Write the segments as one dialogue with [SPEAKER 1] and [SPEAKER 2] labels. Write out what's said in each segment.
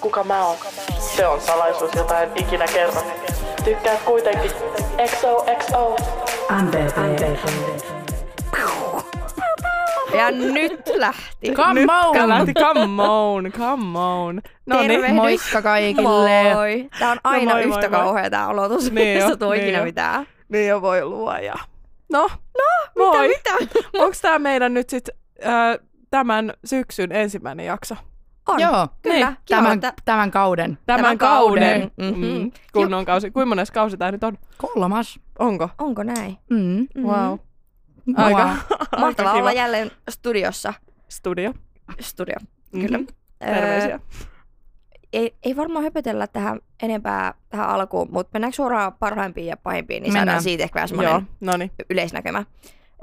[SPEAKER 1] Kuka mä oon? Se on salaisuus, jota en ikinä kerro. Tykkäät kuitenkin. XOXO.
[SPEAKER 2] Ja nyt lähti.
[SPEAKER 3] Come on,
[SPEAKER 2] Nykkälä.
[SPEAKER 3] lähti, come on, come on. No niin,
[SPEAKER 2] Tervehdys.
[SPEAKER 3] moikka kaikille.
[SPEAKER 2] Moi. Tää on aina
[SPEAKER 3] No moi,
[SPEAKER 2] yhtä
[SPEAKER 3] moi, moi.
[SPEAKER 2] kauhea tää olotus.
[SPEAKER 3] Niin
[SPEAKER 2] Niin
[SPEAKER 3] jo,
[SPEAKER 2] jo, tuo
[SPEAKER 3] niin
[SPEAKER 2] ikinä
[SPEAKER 3] jo.
[SPEAKER 2] mitään.
[SPEAKER 3] Niin jo voi luoja. No, no moi.
[SPEAKER 2] Mitä, mitä?
[SPEAKER 3] Onko tämä meidän nyt sitten äh, tämän syksyn ensimmäinen jakso?
[SPEAKER 2] On.
[SPEAKER 4] Joo,
[SPEAKER 2] Kyllä.
[SPEAKER 3] Niin,
[SPEAKER 2] kiva,
[SPEAKER 4] tämän,
[SPEAKER 2] että-
[SPEAKER 4] tämän kauden
[SPEAKER 3] Tämän,
[SPEAKER 2] Tämän
[SPEAKER 3] kauden.
[SPEAKER 2] kauden. Mhm.
[SPEAKER 3] Mm-hmm. Kunnon kausi. Kuinka mones kausi tämä nyt on?
[SPEAKER 4] kolmas.
[SPEAKER 3] Onko?
[SPEAKER 2] Onko näin?
[SPEAKER 3] Mm-hmm.
[SPEAKER 4] Mm.
[SPEAKER 2] Mm.
[SPEAKER 3] Wow. Aika,
[SPEAKER 4] Aika.
[SPEAKER 3] aika
[SPEAKER 2] Mahtavaa
[SPEAKER 3] kiva.
[SPEAKER 2] olla jälleen studiossa.
[SPEAKER 3] Studio.
[SPEAKER 2] Studio.
[SPEAKER 3] Mhm.
[SPEAKER 2] Kyllä.
[SPEAKER 3] Terveisiä.
[SPEAKER 2] ei, ei varmaan höpötellä tähän enempää tähän alkuun, mutta mennäänkö suoraan parhaimpiin ja pahimpiin, niin saadaan
[SPEAKER 4] Mennään.
[SPEAKER 2] siitä ehkä vähän
[SPEAKER 3] Joo,
[SPEAKER 2] semmoinen
[SPEAKER 3] no niin.
[SPEAKER 2] yleisnäkemä.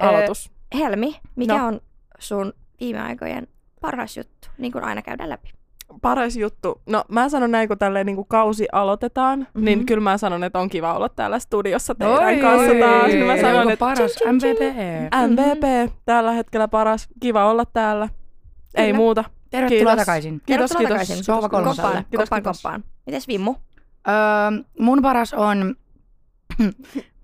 [SPEAKER 3] Aloitus.
[SPEAKER 2] Ö, Helmi, mikä
[SPEAKER 3] No.
[SPEAKER 2] on sun viime aikojen paras juttu, niin kuin aina käydään läpi?
[SPEAKER 3] Paras juttu. No mä sanon näin, kun tälleen niin kuin kausi aloitetaan, mm-hmm. niin kyllä mä sanon, että on kiva olla täällä studiossa teidän
[SPEAKER 4] Oi,
[SPEAKER 3] kanssa taas. Niin mä
[SPEAKER 4] ei
[SPEAKER 3] sanon,
[SPEAKER 4] ole
[SPEAKER 3] että
[SPEAKER 4] paras MVP.
[SPEAKER 3] MVP tällä hetkellä paras. Kiva olla täällä. Ei
[SPEAKER 2] Mm-hmm. Kyllä.
[SPEAKER 3] muuta.
[SPEAKER 4] Tervetuloa
[SPEAKER 3] Kiitos.
[SPEAKER 4] takaisin.
[SPEAKER 3] Kiitos,
[SPEAKER 2] Tervetuloa
[SPEAKER 3] kiitos.
[SPEAKER 2] takaisin.
[SPEAKER 4] Sova kolmoselle.
[SPEAKER 2] Koppaan,
[SPEAKER 3] Kiitos,
[SPEAKER 2] koppaan,
[SPEAKER 3] kiitos.
[SPEAKER 2] koppaan. Mites Vimmu?
[SPEAKER 4] Öö, mun paras on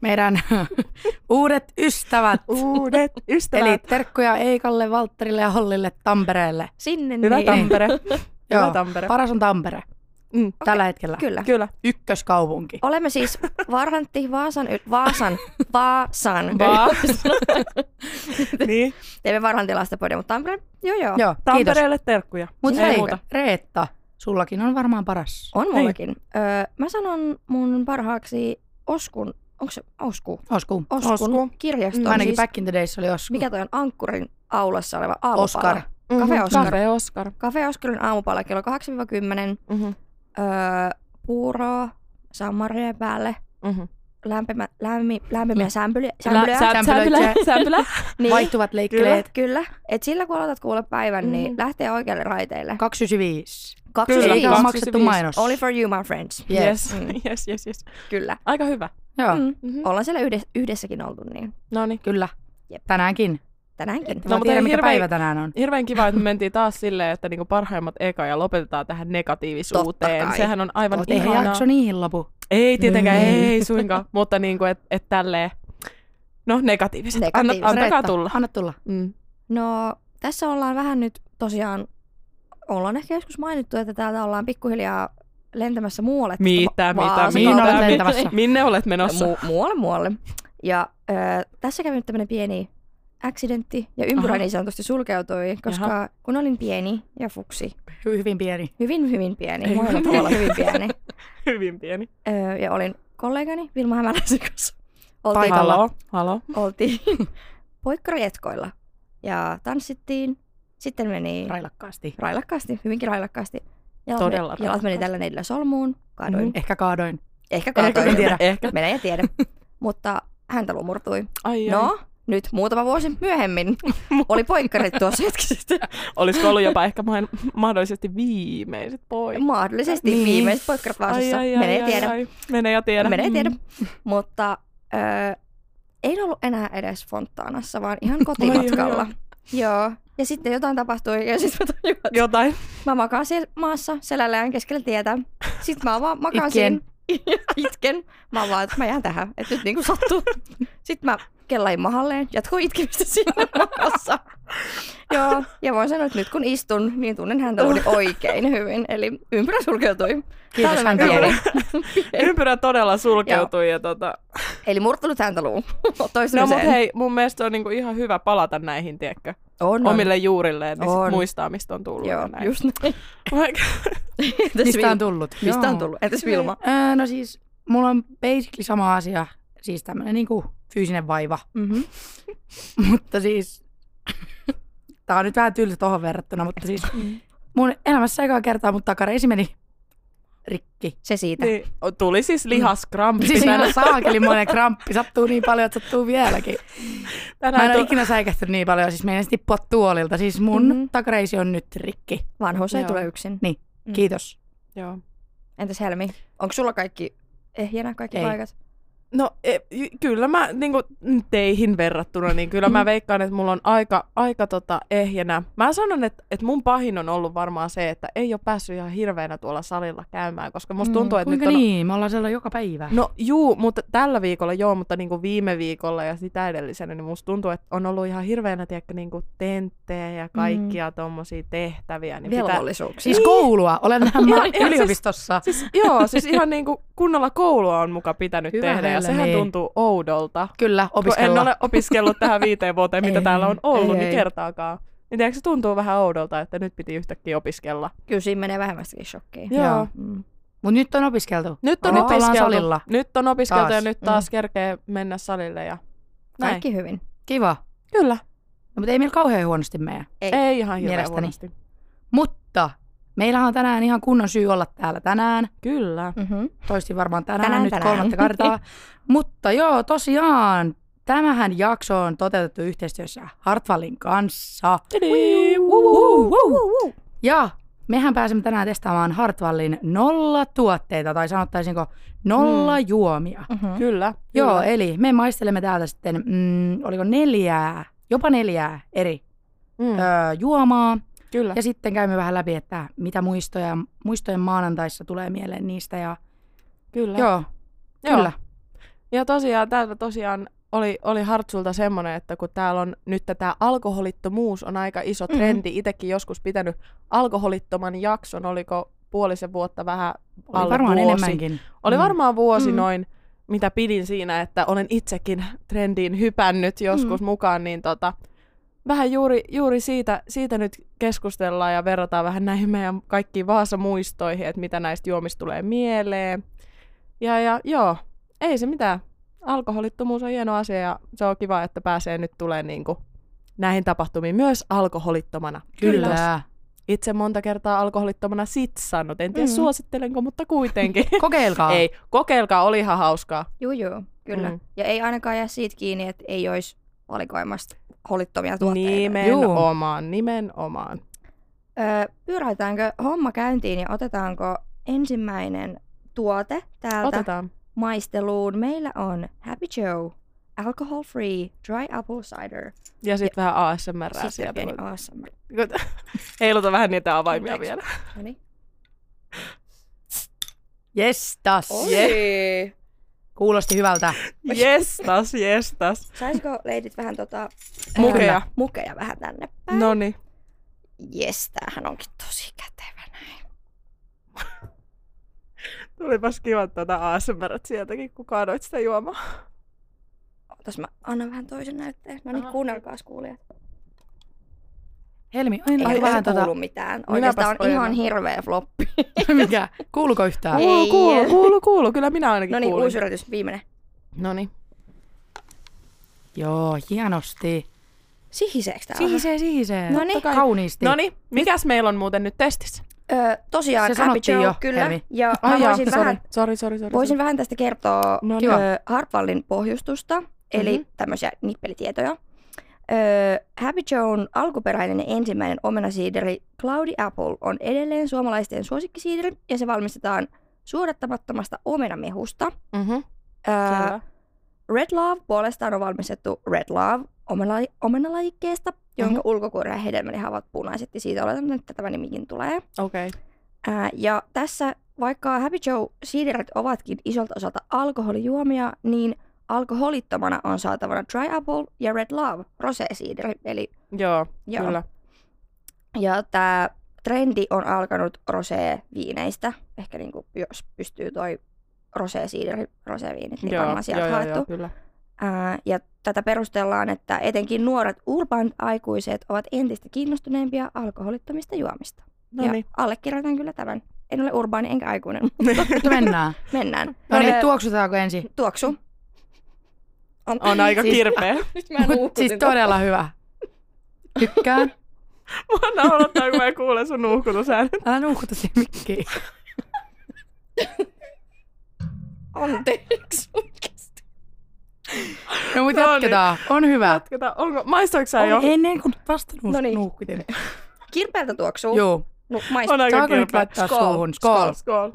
[SPEAKER 4] meidän uudet ystävät.
[SPEAKER 3] Uudet ystävät.
[SPEAKER 4] Eli terkkuja Eikalle, Valtterille ja Hollille Tampereelle.
[SPEAKER 2] Sinne
[SPEAKER 3] Hyvä
[SPEAKER 2] niin.
[SPEAKER 3] Tampere. Hyvä
[SPEAKER 4] Joo.
[SPEAKER 3] Tampere.
[SPEAKER 4] Paras on Tampere
[SPEAKER 3] Mm.
[SPEAKER 4] tällä hetkellä.
[SPEAKER 2] Kyllä.
[SPEAKER 3] Kyllä.
[SPEAKER 4] Ykköskaupunki.
[SPEAKER 2] Olemme siis Varhantti Vaasan, yl- Vaasan, Vaasan.
[SPEAKER 3] Vaan. niin.
[SPEAKER 2] Teemme Varhantilasta podin, mutta Tampere, joo joo.
[SPEAKER 4] Joo, kiitos.
[SPEAKER 3] Tampereelle terkkuja.
[SPEAKER 4] Mutta
[SPEAKER 3] Ei
[SPEAKER 4] hei,
[SPEAKER 3] muuta.
[SPEAKER 4] Reetta, sullakin on varmaan paras.
[SPEAKER 2] On mullakin. Öö, mä sanon mun parhaaksi Oskun, onko se Osku?
[SPEAKER 4] Osku.
[SPEAKER 2] Oskun
[SPEAKER 3] Osku.
[SPEAKER 2] kirjaston.
[SPEAKER 4] Mm, Ainakin
[SPEAKER 2] siis,
[SPEAKER 4] back in the days oli Osku.
[SPEAKER 2] mikä toi on Ankkurin aulassa oleva aamupala?
[SPEAKER 4] Oskar.
[SPEAKER 2] mm-hmm.
[SPEAKER 3] Mm-hmm.
[SPEAKER 2] Cafe Oscar.
[SPEAKER 3] Cafe Oscar.
[SPEAKER 2] Cafe Oskarin aamupala kello 8-10.
[SPEAKER 3] Mhm.
[SPEAKER 2] Öö, puuroa, sammaria päälle,
[SPEAKER 3] Mhm.
[SPEAKER 2] lämpimä, lämmi, lämpimiä sämpyliä.
[SPEAKER 3] Lä-
[SPEAKER 2] Niin. sämpyliä.
[SPEAKER 3] sä- Sämpylä.
[SPEAKER 4] Sämpylöitsee.
[SPEAKER 3] Sämpylä.
[SPEAKER 4] Vaihtuvat
[SPEAKER 2] Kyllä,
[SPEAKER 4] leikkeleet.
[SPEAKER 2] kyllä. Et sillä kun aloitat kuulla päivän, niin
[SPEAKER 3] Mm.
[SPEAKER 2] lähtee oikealle raiteille.
[SPEAKER 4] 295.
[SPEAKER 2] Kaksi
[SPEAKER 3] Kyllä,
[SPEAKER 4] Kyllä,
[SPEAKER 2] viisi.
[SPEAKER 4] Eikä
[SPEAKER 3] kaksi
[SPEAKER 4] ole maksettu
[SPEAKER 3] viisi.
[SPEAKER 4] mainos.
[SPEAKER 2] Only for you, my friends.
[SPEAKER 4] Yes.
[SPEAKER 3] Yes.
[SPEAKER 2] Mm.
[SPEAKER 3] yes, yes, yes.
[SPEAKER 2] Kyllä.
[SPEAKER 3] Aika hyvä.
[SPEAKER 4] Joo,
[SPEAKER 2] Mm.
[SPEAKER 3] Mhm.
[SPEAKER 2] Ollaan siellä yhdessä, yhdessäkin oltu, niin
[SPEAKER 3] No niin.
[SPEAKER 4] kyllä.
[SPEAKER 2] Jep.
[SPEAKER 4] Tänäänkin.
[SPEAKER 2] tänäänkin.
[SPEAKER 4] No,
[SPEAKER 3] mutta
[SPEAKER 4] mutta tiedä,
[SPEAKER 3] ei
[SPEAKER 4] mikä
[SPEAKER 3] hirveä-
[SPEAKER 4] päivä tänään on.
[SPEAKER 3] Hirveän kiva, että me mentiin taas silleen, että niinku parhaimmat eka ja lopetetaan tähän
[SPEAKER 2] Totta
[SPEAKER 3] negatiivisuuteen.
[SPEAKER 2] kai. Niin.
[SPEAKER 3] Sehän on aivan
[SPEAKER 4] Mut eihän
[SPEAKER 3] ihanaa.
[SPEAKER 4] jakso niihin lopu.
[SPEAKER 3] Ei tietenkään,
[SPEAKER 4] Mm.
[SPEAKER 3] ei suinkaan. Mutta niinku, että et tälleen, no negatiiviset.
[SPEAKER 2] Negatiiviset.
[SPEAKER 3] Anna, antakaa
[SPEAKER 4] Reetta,
[SPEAKER 3] tulla.
[SPEAKER 4] Anna tulla.
[SPEAKER 3] Mm.
[SPEAKER 2] No, tässä ollaan vähän nyt tosiaan, ollaan ehkä joskus mainittu, että täältä ollaan pikkuhiljaa lentämässä muualle. tästä
[SPEAKER 3] Mitä,
[SPEAKER 2] Va-
[SPEAKER 3] mitä,
[SPEAKER 2] Vaasan
[SPEAKER 4] Mihin
[SPEAKER 3] mitä,
[SPEAKER 4] olet
[SPEAKER 2] kaupunkiin.
[SPEAKER 4] lentämässä?
[SPEAKER 3] Minne olet menossa?
[SPEAKER 2] Mu- muualle, muualle. Ja ö, tässä kävi nyt tämmöinen pieni accidentti ja
[SPEAKER 3] Aha.
[SPEAKER 2] ympyrä niin sanotusti sulkeutui, koska Aha. kun olin pieni ja fuksi,
[SPEAKER 4] Hy- Hyvin pieni.
[SPEAKER 2] hyvin hyvin pieni,
[SPEAKER 3] Ei.
[SPEAKER 2] voin olla hyvin pieni,
[SPEAKER 3] Hyvin pieni.
[SPEAKER 2] ö, ja olin kollegani Vilma Hämäläisen kanssa. Oltiin,
[SPEAKER 4] Paikalla.
[SPEAKER 3] Halo, halo.
[SPEAKER 2] oltiin poikkarietkoilla ja tanssittiin, sitten meni
[SPEAKER 4] Railakkaasti.
[SPEAKER 2] railakkaasti, hyvinkin railakkaasti. Jalat meni,
[SPEAKER 3] Todella
[SPEAKER 2] jalat meni
[SPEAKER 3] railakkaasti.
[SPEAKER 2] tällä neidillä solmuun, kaaduin.
[SPEAKER 3] Mhm.
[SPEAKER 2] Mm.
[SPEAKER 4] Ehkä kaadoin.
[SPEAKER 2] Ehkä
[SPEAKER 4] Ehkä
[SPEAKER 2] kaaduin,
[SPEAKER 4] en tiedä.
[SPEAKER 3] Ehkä.
[SPEAKER 2] Minä en tiedä. Mutta häntä lumurtui.
[SPEAKER 3] Ai, ai.
[SPEAKER 2] No, nyt muutama vuosi myöhemmin oli poikkarit tuossa hetki sitten.
[SPEAKER 3] Olisiko ollut jopa ehkä main, mahdollisesti viimeiset poik.
[SPEAKER 2] Mahdollisesti
[SPEAKER 4] Niin.
[SPEAKER 2] viimeiset poikkarit Vaasassa. Mene ja tiedä.
[SPEAKER 3] ai. Mene ja tiedä. Mm.
[SPEAKER 2] Mene ja tiedä. Mutta öö, ei ollut enää edes Fontaanassa, vaan ihan kotimatkalla. Joo. Ja sitten jotain tapahtui ja sitten mä tajuan, että
[SPEAKER 3] Jotain.
[SPEAKER 2] Mä makaan siellä maassa selällään keskellä tietä. Sitten mä vaan makaan
[SPEAKER 4] Itkien.
[SPEAKER 2] siinä. Itken. Mä oon vaan, että mä jään tähän. Että nyt niinku sattuu. Sitten mä kellain mahalleen. Jatkoin itkemistä siinä maassa. Joo. Ja voin sanoa, että nyt kun istun, niin tunnen häntä oli oikein hyvin. Eli ympyrä sulkeutui.
[SPEAKER 4] Kiitos,
[SPEAKER 2] Tällä
[SPEAKER 4] hän
[SPEAKER 2] näkökulmalla.
[SPEAKER 4] tiedä.
[SPEAKER 3] Ympyrä todella sulkeutui. ja tota...
[SPEAKER 2] Eli murtunut häntä luu.
[SPEAKER 3] No mut
[SPEAKER 2] Toistamiseen.
[SPEAKER 3] hei, mun mielestä se on niinku ihan hyvä palata näihin, tiedätkö?
[SPEAKER 2] on,
[SPEAKER 3] No.
[SPEAKER 2] on.
[SPEAKER 3] Omille juurilleen, niin sit
[SPEAKER 2] On.
[SPEAKER 3] muistaa mistä on tullut.
[SPEAKER 2] Joo,
[SPEAKER 3] ja näin.
[SPEAKER 2] just näin.
[SPEAKER 3] Vaikka-
[SPEAKER 2] Entäs
[SPEAKER 4] Mistä on
[SPEAKER 2] Vil-
[SPEAKER 4] tullut?
[SPEAKER 2] Mistä on
[SPEAKER 4] Joo.
[SPEAKER 2] tullut? Entäs Vilma?
[SPEAKER 4] Öö, no siis, mulla on basically sama asia. Siis tämmönen niinku fyysinen vaiva.
[SPEAKER 2] Mm-hmm.
[SPEAKER 4] Mutta siis, tää on nyt vähän tylsä tohon verrattuna, mutta siis mun elämässä ekaa kertaa mun takareisi meni rikki.
[SPEAKER 2] Se siitä.
[SPEAKER 3] niin, tuli siis lihaskrampi.
[SPEAKER 4] Siis
[SPEAKER 3] tänään.
[SPEAKER 4] ihan saakelimoinen kramppi, sattuu niin paljon, että sattuu vieläkin. Mä
[SPEAKER 3] tänään
[SPEAKER 4] en
[SPEAKER 3] tu-
[SPEAKER 4] ole ikinä säikähtynyt niin paljon, siis meinasin tippua tuolilta. Siis mun
[SPEAKER 2] Mhm.
[SPEAKER 4] mm-hmm. takareisi on nyt rikki.
[SPEAKER 2] Vanhuus ei
[SPEAKER 3] Joo.
[SPEAKER 2] tule yksin. Mm.
[SPEAKER 4] Kiitos.
[SPEAKER 3] Joo.
[SPEAKER 2] Entäs Helmi? Onko sulla kaikki ehjänä kaikki
[SPEAKER 4] Ei.
[SPEAKER 2] paikat?
[SPEAKER 3] No e, y- kyllä mä niin kuin, teihin verrattuna, niin kyllä mä veikkaan, että mulla on aika, aika tota, ehjänä. Mä sanon, että, että mun pahin on ollut varmaan se, että ei ole päässyt ihan hirveänä tuolla salilla käymään, koska musta tuntuu, että
[SPEAKER 4] Kuinka
[SPEAKER 3] nyt on...
[SPEAKER 4] niin? Me ollaan siellä joka päivä.
[SPEAKER 3] No juu, mutta tällä viikolla joo, mutta niin kuin viime viikolla ja sitä edellisenä, niin musta tuntuu, että on ollut ihan hirveänä tiedätkö, niin kuin tenttejä ja kaikkia mm. tommosia tehtäviä. Niin pitää,
[SPEAKER 2] Mm. Velvollisuuksia.
[SPEAKER 4] Siis koulua. Olen
[SPEAKER 3] Ihan-
[SPEAKER 4] mä
[SPEAKER 3] ihan
[SPEAKER 4] yliopistossa.
[SPEAKER 3] Siis, joo, siis ihan niin kuin kunnolla koulua on muka pitänyt
[SPEAKER 4] Hyvä
[SPEAKER 3] tehdä ja
[SPEAKER 4] hellä,
[SPEAKER 3] sehän
[SPEAKER 4] niin.
[SPEAKER 3] tuntuu oudolta.
[SPEAKER 4] Kyllä,
[SPEAKER 3] Kun en
[SPEAKER 4] opiskella.
[SPEAKER 3] ole opiskellut tähän viiteen vuoteen, mitä
[SPEAKER 4] Ei,
[SPEAKER 3] täällä on ollut,
[SPEAKER 4] ei,
[SPEAKER 3] niin
[SPEAKER 4] ei.
[SPEAKER 3] kertaakaan. Niin tiedätkö, se tuntuu vähän oudolta, että nyt piti yhtäkkiä opiskella.
[SPEAKER 2] Kyllä siinä menee vähemmästäkin shokkiin.
[SPEAKER 3] Joo.
[SPEAKER 4] Joo. No.
[SPEAKER 2] Mm.
[SPEAKER 4] Mut nyt on opiskeltu.
[SPEAKER 3] Nyt on
[SPEAKER 4] Nyt ollaan
[SPEAKER 3] opiskeltu.
[SPEAKER 4] salilla.
[SPEAKER 3] Nyt on opiskeltu ja
[SPEAKER 4] Taas. Mm.
[SPEAKER 3] nyt taas kerkee mennä salille. Ja... Näin.
[SPEAKER 2] Kaikki hyvin.
[SPEAKER 4] Kiva.
[SPEAKER 3] Kyllä.
[SPEAKER 4] No, mutta ei meillä kauhean huonosti mene.
[SPEAKER 3] Ei, ei ihan hirveän
[SPEAKER 4] Mielestäni.
[SPEAKER 3] huonosti.
[SPEAKER 4] Mutta meillähän on tänään ihan kunnon syy olla täällä tänään.
[SPEAKER 3] Kyllä.
[SPEAKER 2] Mm-hmm.
[SPEAKER 4] Toistin varmaan tänään,
[SPEAKER 2] Tänään,
[SPEAKER 4] tänään nyt
[SPEAKER 2] tänään.
[SPEAKER 4] tänään. kolmatta kertaa. Mutta joo, tosiaan tämähän jakso on toteutettu yhteistyössä Hartwallin kanssa.
[SPEAKER 3] Tidii, wuu, wuu.
[SPEAKER 4] Uhu. Ja mehän pääsemme tänään testaamaan Hartwallin nollatuotteita, tai sanottaisinko nollajuomia.
[SPEAKER 2] Mm-hmm.
[SPEAKER 3] Kyllä.
[SPEAKER 4] Joo,
[SPEAKER 3] kyllä.
[SPEAKER 4] eli me maistelemme täältä sitten, mm, oliko neljää, jopa neljää eri
[SPEAKER 3] Mm,
[SPEAKER 4] öö, juomaa.
[SPEAKER 3] kyllä.
[SPEAKER 4] Ja sitten käymme vähän läpi, että mitä muistoja, muistojen maanantaissa tulee mieleen niistä. Ja,
[SPEAKER 3] kyllä.
[SPEAKER 4] joo,
[SPEAKER 3] Joo.
[SPEAKER 4] kyllä.
[SPEAKER 3] Ja tosiaan täällä tosiaan oli, oli Hartsulta semmoinen, että kun täällä on nyt tämä alkoholittomuus on aika iso trendi. Mm-hmm. Itekin joskus pitänyt alkoholittoman jakson, oliko puolisen vuotta vähän
[SPEAKER 4] Oli
[SPEAKER 3] alle
[SPEAKER 4] varmaan
[SPEAKER 3] vuosi.
[SPEAKER 4] enemmänkin.
[SPEAKER 3] Oli
[SPEAKER 4] Mm.
[SPEAKER 3] varmaan vuosi
[SPEAKER 2] Mm.
[SPEAKER 3] mm. noin, mitä pidin siinä, että olen itsekin trendiin hypännyt joskus mm. mukaan, niin tota, vähän juuri, juuri siitä, siitä nyt keskustellaan ja verrataan vähän näihin meidän kaikkiin Vaasa-muistoihin, että mitä näistä juomista tulee mieleen. Ja, ja joo, ei se mitään. Alkoholittomuus on hieno asia ja se on kiva, että pääsee nyt tulee niinku näihin tapahtumiin myös alkoholittomana.
[SPEAKER 4] Kyllä.
[SPEAKER 3] Itse monta kertaa alkoholittomana sitsannut. En tiedä
[SPEAKER 2] Mm.
[SPEAKER 3] mm. suosittelenko, mutta kuitenkin.
[SPEAKER 2] Ah.
[SPEAKER 4] Kokeilkaa.
[SPEAKER 3] Ei, kokeilkaa, oli ihan hauskaa.
[SPEAKER 2] Juu, juu, kyllä.
[SPEAKER 3] Mm.
[SPEAKER 2] Mm. Ja ei ainakaan jää siitä kiinni, että ei olisi valikoimasta holittomia tuotteita.
[SPEAKER 3] Niin. Nimenomaan, Juu. nimenomaan.
[SPEAKER 2] Öö, pyöräytäänkö homma käyntiin ja otetaanko ensimmäinen tuote täältä
[SPEAKER 3] Otetaan.
[SPEAKER 2] maisteluun? Meillä on Happy Joe Alcohol Free Dry Apple Cider.
[SPEAKER 3] Ja sitten vähän ASMR
[SPEAKER 2] Sitten
[SPEAKER 3] sieltä.
[SPEAKER 2] pieni
[SPEAKER 3] voi-
[SPEAKER 2] ASMR.
[SPEAKER 3] Heiluta vähän niitä avaimia
[SPEAKER 2] Anteeksi.
[SPEAKER 3] vielä.
[SPEAKER 2] No niin.
[SPEAKER 4] Yes, tas. Kuulosti hyvältä.
[SPEAKER 3] Jestas, jestas.
[SPEAKER 2] Saisiko leidit vähän tota...
[SPEAKER 3] Mukea.
[SPEAKER 2] Äh, mukeja vähän tänne päin. No.
[SPEAKER 3] Noni.
[SPEAKER 2] Jes, tämähän onkin tosi kätevä näin.
[SPEAKER 3] Tulipas kiva tuota ASMR sieltäkin, kun kaadoit sitä juomaa.
[SPEAKER 2] Ootas mä annan vähän toisen näytteen. No niin, kuunnelkaas kuulijat.
[SPEAKER 4] Helmi,
[SPEAKER 2] Ei Ai,
[SPEAKER 4] aina vähän
[SPEAKER 2] vähän kuulu
[SPEAKER 4] tota,
[SPEAKER 2] tota... mitään. Oikeastaan on
[SPEAKER 3] koen.
[SPEAKER 2] ihan hirveä floppi.
[SPEAKER 4] mikä, kuuluko yhtään?
[SPEAKER 2] Ei.
[SPEAKER 3] Kuulu, kuulu, kuulu, kuulu. Kyllä minä ainakin
[SPEAKER 2] No niin,
[SPEAKER 3] kuulin.
[SPEAKER 2] uusi Niin. yritys, viimeinen.
[SPEAKER 3] Noni.
[SPEAKER 4] Joo, hienosti.
[SPEAKER 2] Sihiseeks tää on?
[SPEAKER 4] Sihisee, sihisee.
[SPEAKER 2] No niin.
[SPEAKER 4] Totta kai. Kauniisti.
[SPEAKER 3] Noni, mikäs meillä on muuten nyt testissä?
[SPEAKER 2] Öö, tosiaan
[SPEAKER 4] Se
[SPEAKER 2] Happy
[SPEAKER 4] sanottiin
[SPEAKER 2] Joe,
[SPEAKER 4] jo,
[SPEAKER 2] kyllä.
[SPEAKER 4] Helmi.
[SPEAKER 2] Ja mä voisin, vähän,
[SPEAKER 3] Sori, sori, sori.
[SPEAKER 2] voisin vähän tästä kertoa
[SPEAKER 3] No
[SPEAKER 4] niin.
[SPEAKER 2] öö, Hartwallin pohjustusta, eli
[SPEAKER 3] Mhm.
[SPEAKER 2] mm-hmm. tämmöisiä nippelitietoja. Öö, Happy Joe'n alkuperäinen ja ensimmäinen omenasiideri Cloudy Apple on edelleen suomalaisten suosikkisiideri, ja se valmistetaan suodattamattomasta omenamehusta.
[SPEAKER 3] Mm-hmm.
[SPEAKER 2] Öö,
[SPEAKER 3] Selvä.
[SPEAKER 2] Red Love puolestaan on valmistettu Red Love omenala- omenalajikkeesta, jonka mm-hmm. ulkokuoren hedelmäliha ovat punaiset, ja siitä oletan, että tämä nimikin tulee.
[SPEAKER 3] Okei.
[SPEAKER 2] Ää, ja tässä, vaikka Happy Joe siiderit ovatkin isolta osalta alkoholijuomia, niin alkoholittomana on saatavana Dry Apple ja Red Love rosé-siideri. Eli,
[SPEAKER 3] Joo,
[SPEAKER 2] joo.
[SPEAKER 3] kyllä.
[SPEAKER 2] Ja tämä trendi on alkanut rosé-viineistä. Ehkä niinku, jos pystyy toi rosé-siideri, rosé-viinit, niin
[SPEAKER 3] joo,
[SPEAKER 2] varmaan sieltä
[SPEAKER 3] joo,
[SPEAKER 2] haettu.
[SPEAKER 3] joo, joo, kyllä.
[SPEAKER 2] Ää, ja tätä perustellaan, että etenkin nuoret urbanit aikuiset ovat entistä kiinnostuneempia alkoholittomista juomista.
[SPEAKER 3] No niin.
[SPEAKER 2] Ja allekirjoitan kyllä tämän. En ole urbaani enkä aikuinen,
[SPEAKER 4] Nyt mennään.
[SPEAKER 2] Mennään.
[SPEAKER 4] No niin,
[SPEAKER 2] Öö,
[SPEAKER 4] tuoksutaanko ensin?
[SPEAKER 2] tuoksu. Anteeksi.
[SPEAKER 3] On aika
[SPEAKER 4] Siis-
[SPEAKER 3] kirpeä.
[SPEAKER 2] Nyt mä en
[SPEAKER 4] Mut siis todella hyvä. Tykkään.
[SPEAKER 3] Mua aina odottaa, kun mä kuulen sun nuhkutusäänet.
[SPEAKER 4] Älä nuuhkuta siihen mikkiin.
[SPEAKER 2] Anteeksi oikeesti.
[SPEAKER 4] No mut
[SPEAKER 3] No niin.
[SPEAKER 4] jatketaan. On hyvä.
[SPEAKER 3] Jatketaan. Onko, maistoiko sä
[SPEAKER 4] On
[SPEAKER 3] jo?
[SPEAKER 4] ennen kuin vasta nuus-
[SPEAKER 2] No niin.
[SPEAKER 4] nuuhkutin.
[SPEAKER 2] Kirpeältä tuoksuu. Joo.
[SPEAKER 4] Joo.
[SPEAKER 2] No, maistu.
[SPEAKER 3] On aika
[SPEAKER 4] Saako nyt
[SPEAKER 3] kirpeä.
[SPEAKER 4] laittaa
[SPEAKER 2] Skål.
[SPEAKER 4] suuhun? Skål.
[SPEAKER 3] Skål.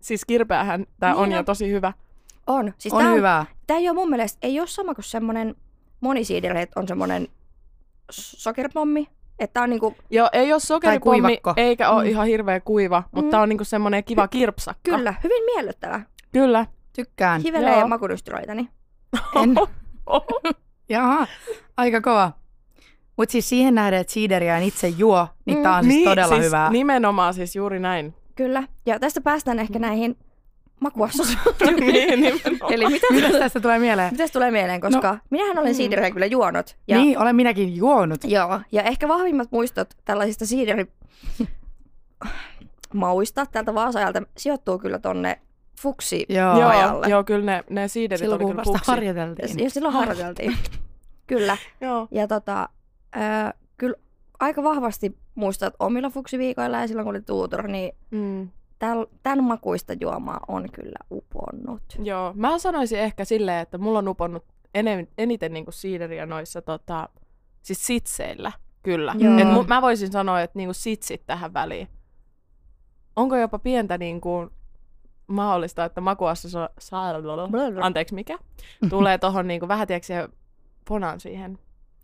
[SPEAKER 3] Siis kirpeähän tämä
[SPEAKER 2] Niin
[SPEAKER 3] on
[SPEAKER 2] on.
[SPEAKER 3] ja tosi hyvä.
[SPEAKER 2] On. Siis
[SPEAKER 4] on
[SPEAKER 2] tää
[SPEAKER 4] hyvää.
[SPEAKER 2] Tämä ei ole mun mielestä, ei ole sama kuin semmoinen monisiidille, että on semmoinen sokerpommi. Että tää on niinku,
[SPEAKER 3] Joo, ei ole sokeripommi,
[SPEAKER 4] kuivakko.
[SPEAKER 3] eikä ole
[SPEAKER 2] Mm.
[SPEAKER 3] ihan hirveä kuiva, mutta
[SPEAKER 2] Mm.
[SPEAKER 3] tämä on niinku semmoinen kiva kirpsakka.
[SPEAKER 2] kyllä, hyvin miellyttävä.
[SPEAKER 3] Kyllä.
[SPEAKER 4] Tykkään.
[SPEAKER 2] Hivelee niin
[SPEAKER 3] Joo.
[SPEAKER 2] makunystyroitani.
[SPEAKER 4] En. Jaha, aika kova. Mutta siis siihen nähden, että siideriä en itse juo, niin
[SPEAKER 2] Mm.
[SPEAKER 4] tää on siis todella hyvää.
[SPEAKER 3] Nimenomaan siis juuri näin.
[SPEAKER 2] Kyllä. Ja tästä päästään ehkä
[SPEAKER 4] Mm.
[SPEAKER 2] näihin makuassosiaatioihin.
[SPEAKER 3] niin, nimenomaan.
[SPEAKER 2] Eli mitä
[SPEAKER 4] Mitäs tästä tulee mieleen?
[SPEAKER 2] Mitäs tulee mieleen, koska no. minähän olen siideriä kyllä juonut. Ja,
[SPEAKER 4] Mm. Niin, olen minäkin juonut.
[SPEAKER 2] Joo, ja ehkä vahvimmat muistot tällaisista siideri mauista tältä Vaasa-ajalta sijoittuu kyllä tonne fuksi
[SPEAKER 4] Joo.
[SPEAKER 2] Ajalle.
[SPEAKER 3] joo, joo, kyllä ne, ne siiderit
[SPEAKER 4] Silloin
[SPEAKER 3] oli
[SPEAKER 4] kun
[SPEAKER 3] kyllä
[SPEAKER 4] vasta
[SPEAKER 3] pupsi.
[SPEAKER 4] harjoiteltiin.
[SPEAKER 2] ja silloin harjoiteltiin. kyllä.
[SPEAKER 3] Joo.
[SPEAKER 2] Ja tota, öö, kyllä aika vahvasti muistat omilla fuksiviikoilla ja silloin kun oli tuutor, niin
[SPEAKER 3] Mm.
[SPEAKER 2] tämän makuista juomaa on kyllä uponnut.
[SPEAKER 3] Joo, mä sanoisin ehkä silleen, että mulla on uponnut enem, eniten niinku siideriä noissa tota, siis sitseillä, kyllä.
[SPEAKER 2] Joo.
[SPEAKER 3] Et mu, mä voisin sanoa, että niinku sitsit tähän väliin. Onko jopa pientä niinku mahdollista, että makuassa saa, anteeksi mikä, tulee tohon niinku vähän tiedätkö siihen ponan siihen.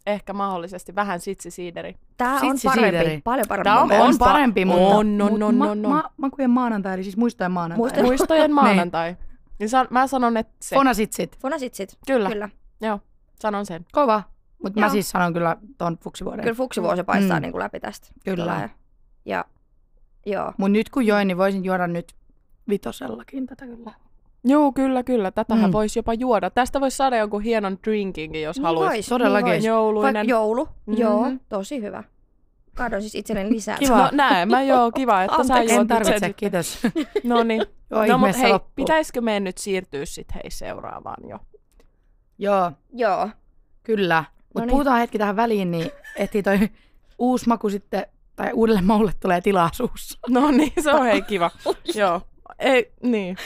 [SPEAKER 3] Ehkä mahdollisesti vähän sitsisiideri.
[SPEAKER 2] Tää on
[SPEAKER 4] Sitsi
[SPEAKER 2] parempi,
[SPEAKER 4] siideri.
[SPEAKER 2] paljon parempi.
[SPEAKER 3] Tää
[SPEAKER 2] mun
[SPEAKER 3] on-
[SPEAKER 2] mielestä.
[SPEAKER 4] On parempi,
[SPEAKER 3] on,
[SPEAKER 4] mutta...
[SPEAKER 3] on, on,
[SPEAKER 4] mut
[SPEAKER 3] on,
[SPEAKER 4] ma-
[SPEAKER 3] on, on.
[SPEAKER 4] ma- Makujen maanantai, eli siis muistojen maanantai.
[SPEAKER 2] Muistojen-
[SPEAKER 3] Muistojen maanantai. Niin san, mä sanon, että se.
[SPEAKER 4] Fonasitsit.
[SPEAKER 2] Fonasitsit,
[SPEAKER 3] kyllä,
[SPEAKER 2] kyllä.
[SPEAKER 3] joo, sanon sen.
[SPEAKER 4] Kova. Mutta
[SPEAKER 2] Joo.
[SPEAKER 4] mä siis sanon kyllä tuon fuksivuoden.
[SPEAKER 2] Kyllä fuksivuosi paistaa mm.
[SPEAKER 4] Mm.
[SPEAKER 2] niin kuin läpi tästä.
[SPEAKER 4] Kyllä.
[SPEAKER 2] Tulee. Ja, joo.
[SPEAKER 4] Mut nyt kun join, niin voisin juoda nyt vitosellakin tätä kyllä.
[SPEAKER 3] Joo, kyllä, kyllä. Tätähän
[SPEAKER 4] Mm.
[SPEAKER 3] mm. voisi jopa juoda. Tästä voisi saada jonkun hienon drinkinkin, jos haluaisi.
[SPEAKER 2] Niin vois,
[SPEAKER 4] Todellakin.
[SPEAKER 2] vois. Vaikka
[SPEAKER 3] Jouluinen.
[SPEAKER 2] joulu, mm-hmm. joo,
[SPEAKER 3] Mhm.
[SPEAKER 2] tosi hyvä. Kaadon siis itselleni lisää.
[SPEAKER 4] Kiva.
[SPEAKER 3] No näin, mä joo, kiva, että sä
[SPEAKER 4] Anteeksi, en
[SPEAKER 3] juot nyt
[SPEAKER 4] tarvitse,
[SPEAKER 3] sen.
[SPEAKER 4] kiitos.
[SPEAKER 3] No niin.
[SPEAKER 4] Joo,
[SPEAKER 3] No mut
[SPEAKER 4] ihmeessä
[SPEAKER 3] hei,
[SPEAKER 4] loppuu.
[SPEAKER 3] pitäisikö meidän nyt siirtyä sit hei seuraavaan jo?
[SPEAKER 4] Joo,
[SPEAKER 2] Joo,
[SPEAKER 4] kyllä.
[SPEAKER 3] No
[SPEAKER 4] Mutta
[SPEAKER 3] niin.
[SPEAKER 2] Noniin.
[SPEAKER 4] puhutaan hetki tähän väliin, niin ehtii toi uusi maku sitten, tai uudelle maulle tulee tilaa suussa.
[SPEAKER 3] No niin, se on hei kiva. joo. Ei, niin.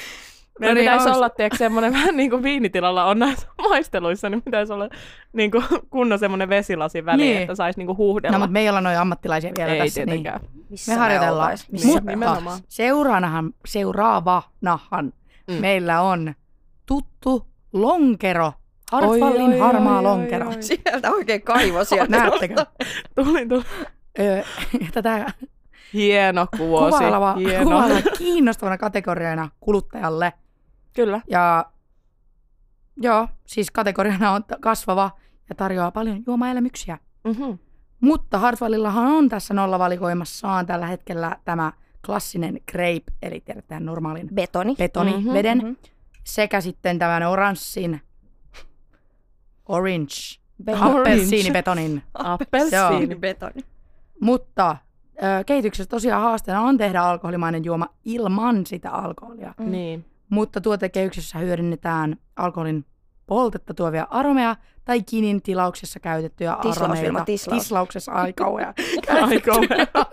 [SPEAKER 3] Meidän
[SPEAKER 4] niin,
[SPEAKER 3] pitäisi
[SPEAKER 4] onks-
[SPEAKER 3] olla, tiedätkö, semmoinen vähän niin kuin viinitilalla on näissä maisteluissa, niin pitäisi olla niin kuin kunnon semmoinen vesilasi väliin,
[SPEAKER 4] Niin.
[SPEAKER 3] niin. että saisi niin kuin
[SPEAKER 4] No,
[SPEAKER 3] huuhdella.
[SPEAKER 4] mutta me ei olla noin ammattilaisia vielä
[SPEAKER 3] ei
[SPEAKER 4] tässä. Niin.
[SPEAKER 3] tietenkään. Niin.
[SPEAKER 2] missä
[SPEAKER 4] Me harjoitellaan.
[SPEAKER 2] oltais?
[SPEAKER 3] Missä
[SPEAKER 2] Mut-
[SPEAKER 3] me oltais?
[SPEAKER 4] Mutta seuraanahan, seuraavanahan mm.
[SPEAKER 3] Mm.
[SPEAKER 4] meillä on tuttu lonkero. Hartwallin harmaa lonkero. Oi,
[SPEAKER 2] Sieltä oikein kaivo sieltä.
[SPEAKER 4] Näettekö?
[SPEAKER 3] Tuli, tuli.
[SPEAKER 4] Öö, Tätä
[SPEAKER 3] Hieno kuosi.
[SPEAKER 4] kuvailava,
[SPEAKER 3] Hieno.
[SPEAKER 4] kuvailava kiinnostavana kategoriana kuluttajalle.
[SPEAKER 3] Kyllä.
[SPEAKER 4] Ja joo, siis kategoriana on t- kasvava ja tarjoaa paljon juomaelämyksiä.
[SPEAKER 3] Mm-hmm.
[SPEAKER 4] Mutta Hartwallillahan on tässä nollavalikoimassaan tällä hetkellä tämä klassinen grape, eli tiedetään normaalin
[SPEAKER 2] Betoni.
[SPEAKER 3] Mhm,
[SPEAKER 4] betoniveden, mm-hmm,
[SPEAKER 2] mhm.
[SPEAKER 4] sekä sitten tämän oranssin, orange,
[SPEAKER 2] Betoni.
[SPEAKER 3] Orange.
[SPEAKER 4] appelsiinibetonin.
[SPEAKER 3] Appelsiini.
[SPEAKER 2] Betoni.
[SPEAKER 4] Mutta ö, kehityksessä tosiaan haasteena on tehdä alkoholimainen juoma ilman sitä alkoholia.
[SPEAKER 2] Mm.
[SPEAKER 3] Niin.
[SPEAKER 4] mutta tuotekehyksessä hyödynnetään alkoholin poltetta tuovia aromeja tai kinin tilauksessa käytettyjä
[SPEAKER 2] Tislaus,
[SPEAKER 4] aromeita.
[SPEAKER 2] Vilma, tislaus.
[SPEAKER 4] Tislauksessa aikauja.
[SPEAKER 3] Aika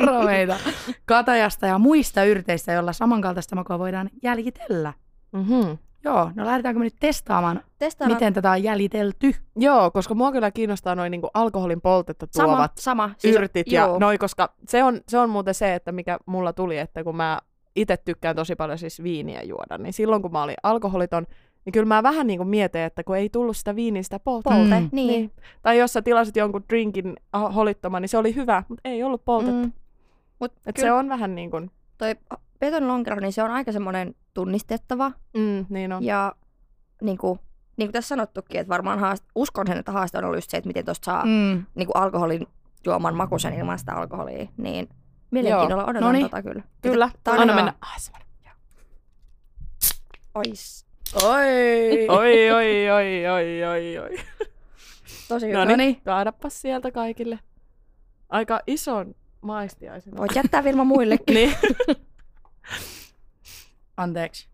[SPEAKER 4] aromeita. Katajasta ja muista yrteistä, joilla samankaltaista makua voidaan jäljitellä.
[SPEAKER 3] mm-hmm.
[SPEAKER 4] Joo, no lähdetäänkö me nyt testaamaan,
[SPEAKER 2] Testaan
[SPEAKER 4] miten tätä on jäljitelty?
[SPEAKER 3] Joo, koska mua kyllä kiinnostaa noin niinku alkoholin poltetta
[SPEAKER 2] sama,
[SPEAKER 3] tuovat
[SPEAKER 2] sama.
[SPEAKER 3] siis, yrtit ja
[SPEAKER 2] joo.
[SPEAKER 3] noi, koska se on, se on muuten se, että mikä mulla tuli, että kun mä itse tykkään tosi paljon siis viiniä juoda, niin silloin kun mä olin alkoholiton, niin kyllä mä vähän niinku mietin, että kun ei tullut sitä viinistä poltetta.
[SPEAKER 4] Pol-
[SPEAKER 2] Polte,
[SPEAKER 4] Mm.
[SPEAKER 2] niin.
[SPEAKER 3] Niin. Tai jos sä tilasit jonkun drinkin ah, holittoman, niin se oli hyvä, mutta ei ollut poltetta.
[SPEAKER 2] Mm. Mut
[SPEAKER 3] Et
[SPEAKER 2] kyllä
[SPEAKER 3] se on vähän niin kuin...
[SPEAKER 2] toi betonilonkero, niin se on aika semmoinen tunnistettava
[SPEAKER 3] Mm, niin on.
[SPEAKER 2] Ja niin kuin, niin kuin tässä sanottukin, että varmaan haast- uskon sen, että haaste on ollut just se, että miten tuosta saa mm.
[SPEAKER 4] Mm.
[SPEAKER 2] niin kuin alkoholin juoman makuisen ilman sitä alkoholia. Niin mielenkiinnolla odotan
[SPEAKER 4] Noniin.
[SPEAKER 2] tota kyllä.
[SPEAKER 3] Kyllä,
[SPEAKER 2] Tarina.
[SPEAKER 3] anna mennä. ASMR.
[SPEAKER 2] Ois.
[SPEAKER 4] Oi!
[SPEAKER 3] Oi, oi, oi, oi, oi, oi.
[SPEAKER 2] Tosi hyvä.
[SPEAKER 3] No
[SPEAKER 4] Noniin.
[SPEAKER 3] niin, kaadapas sieltä kaikille. Aika ison maistiaisen.
[SPEAKER 2] Voit jättää Vilma muillekin.
[SPEAKER 3] Niin.
[SPEAKER 4] Anteeksi.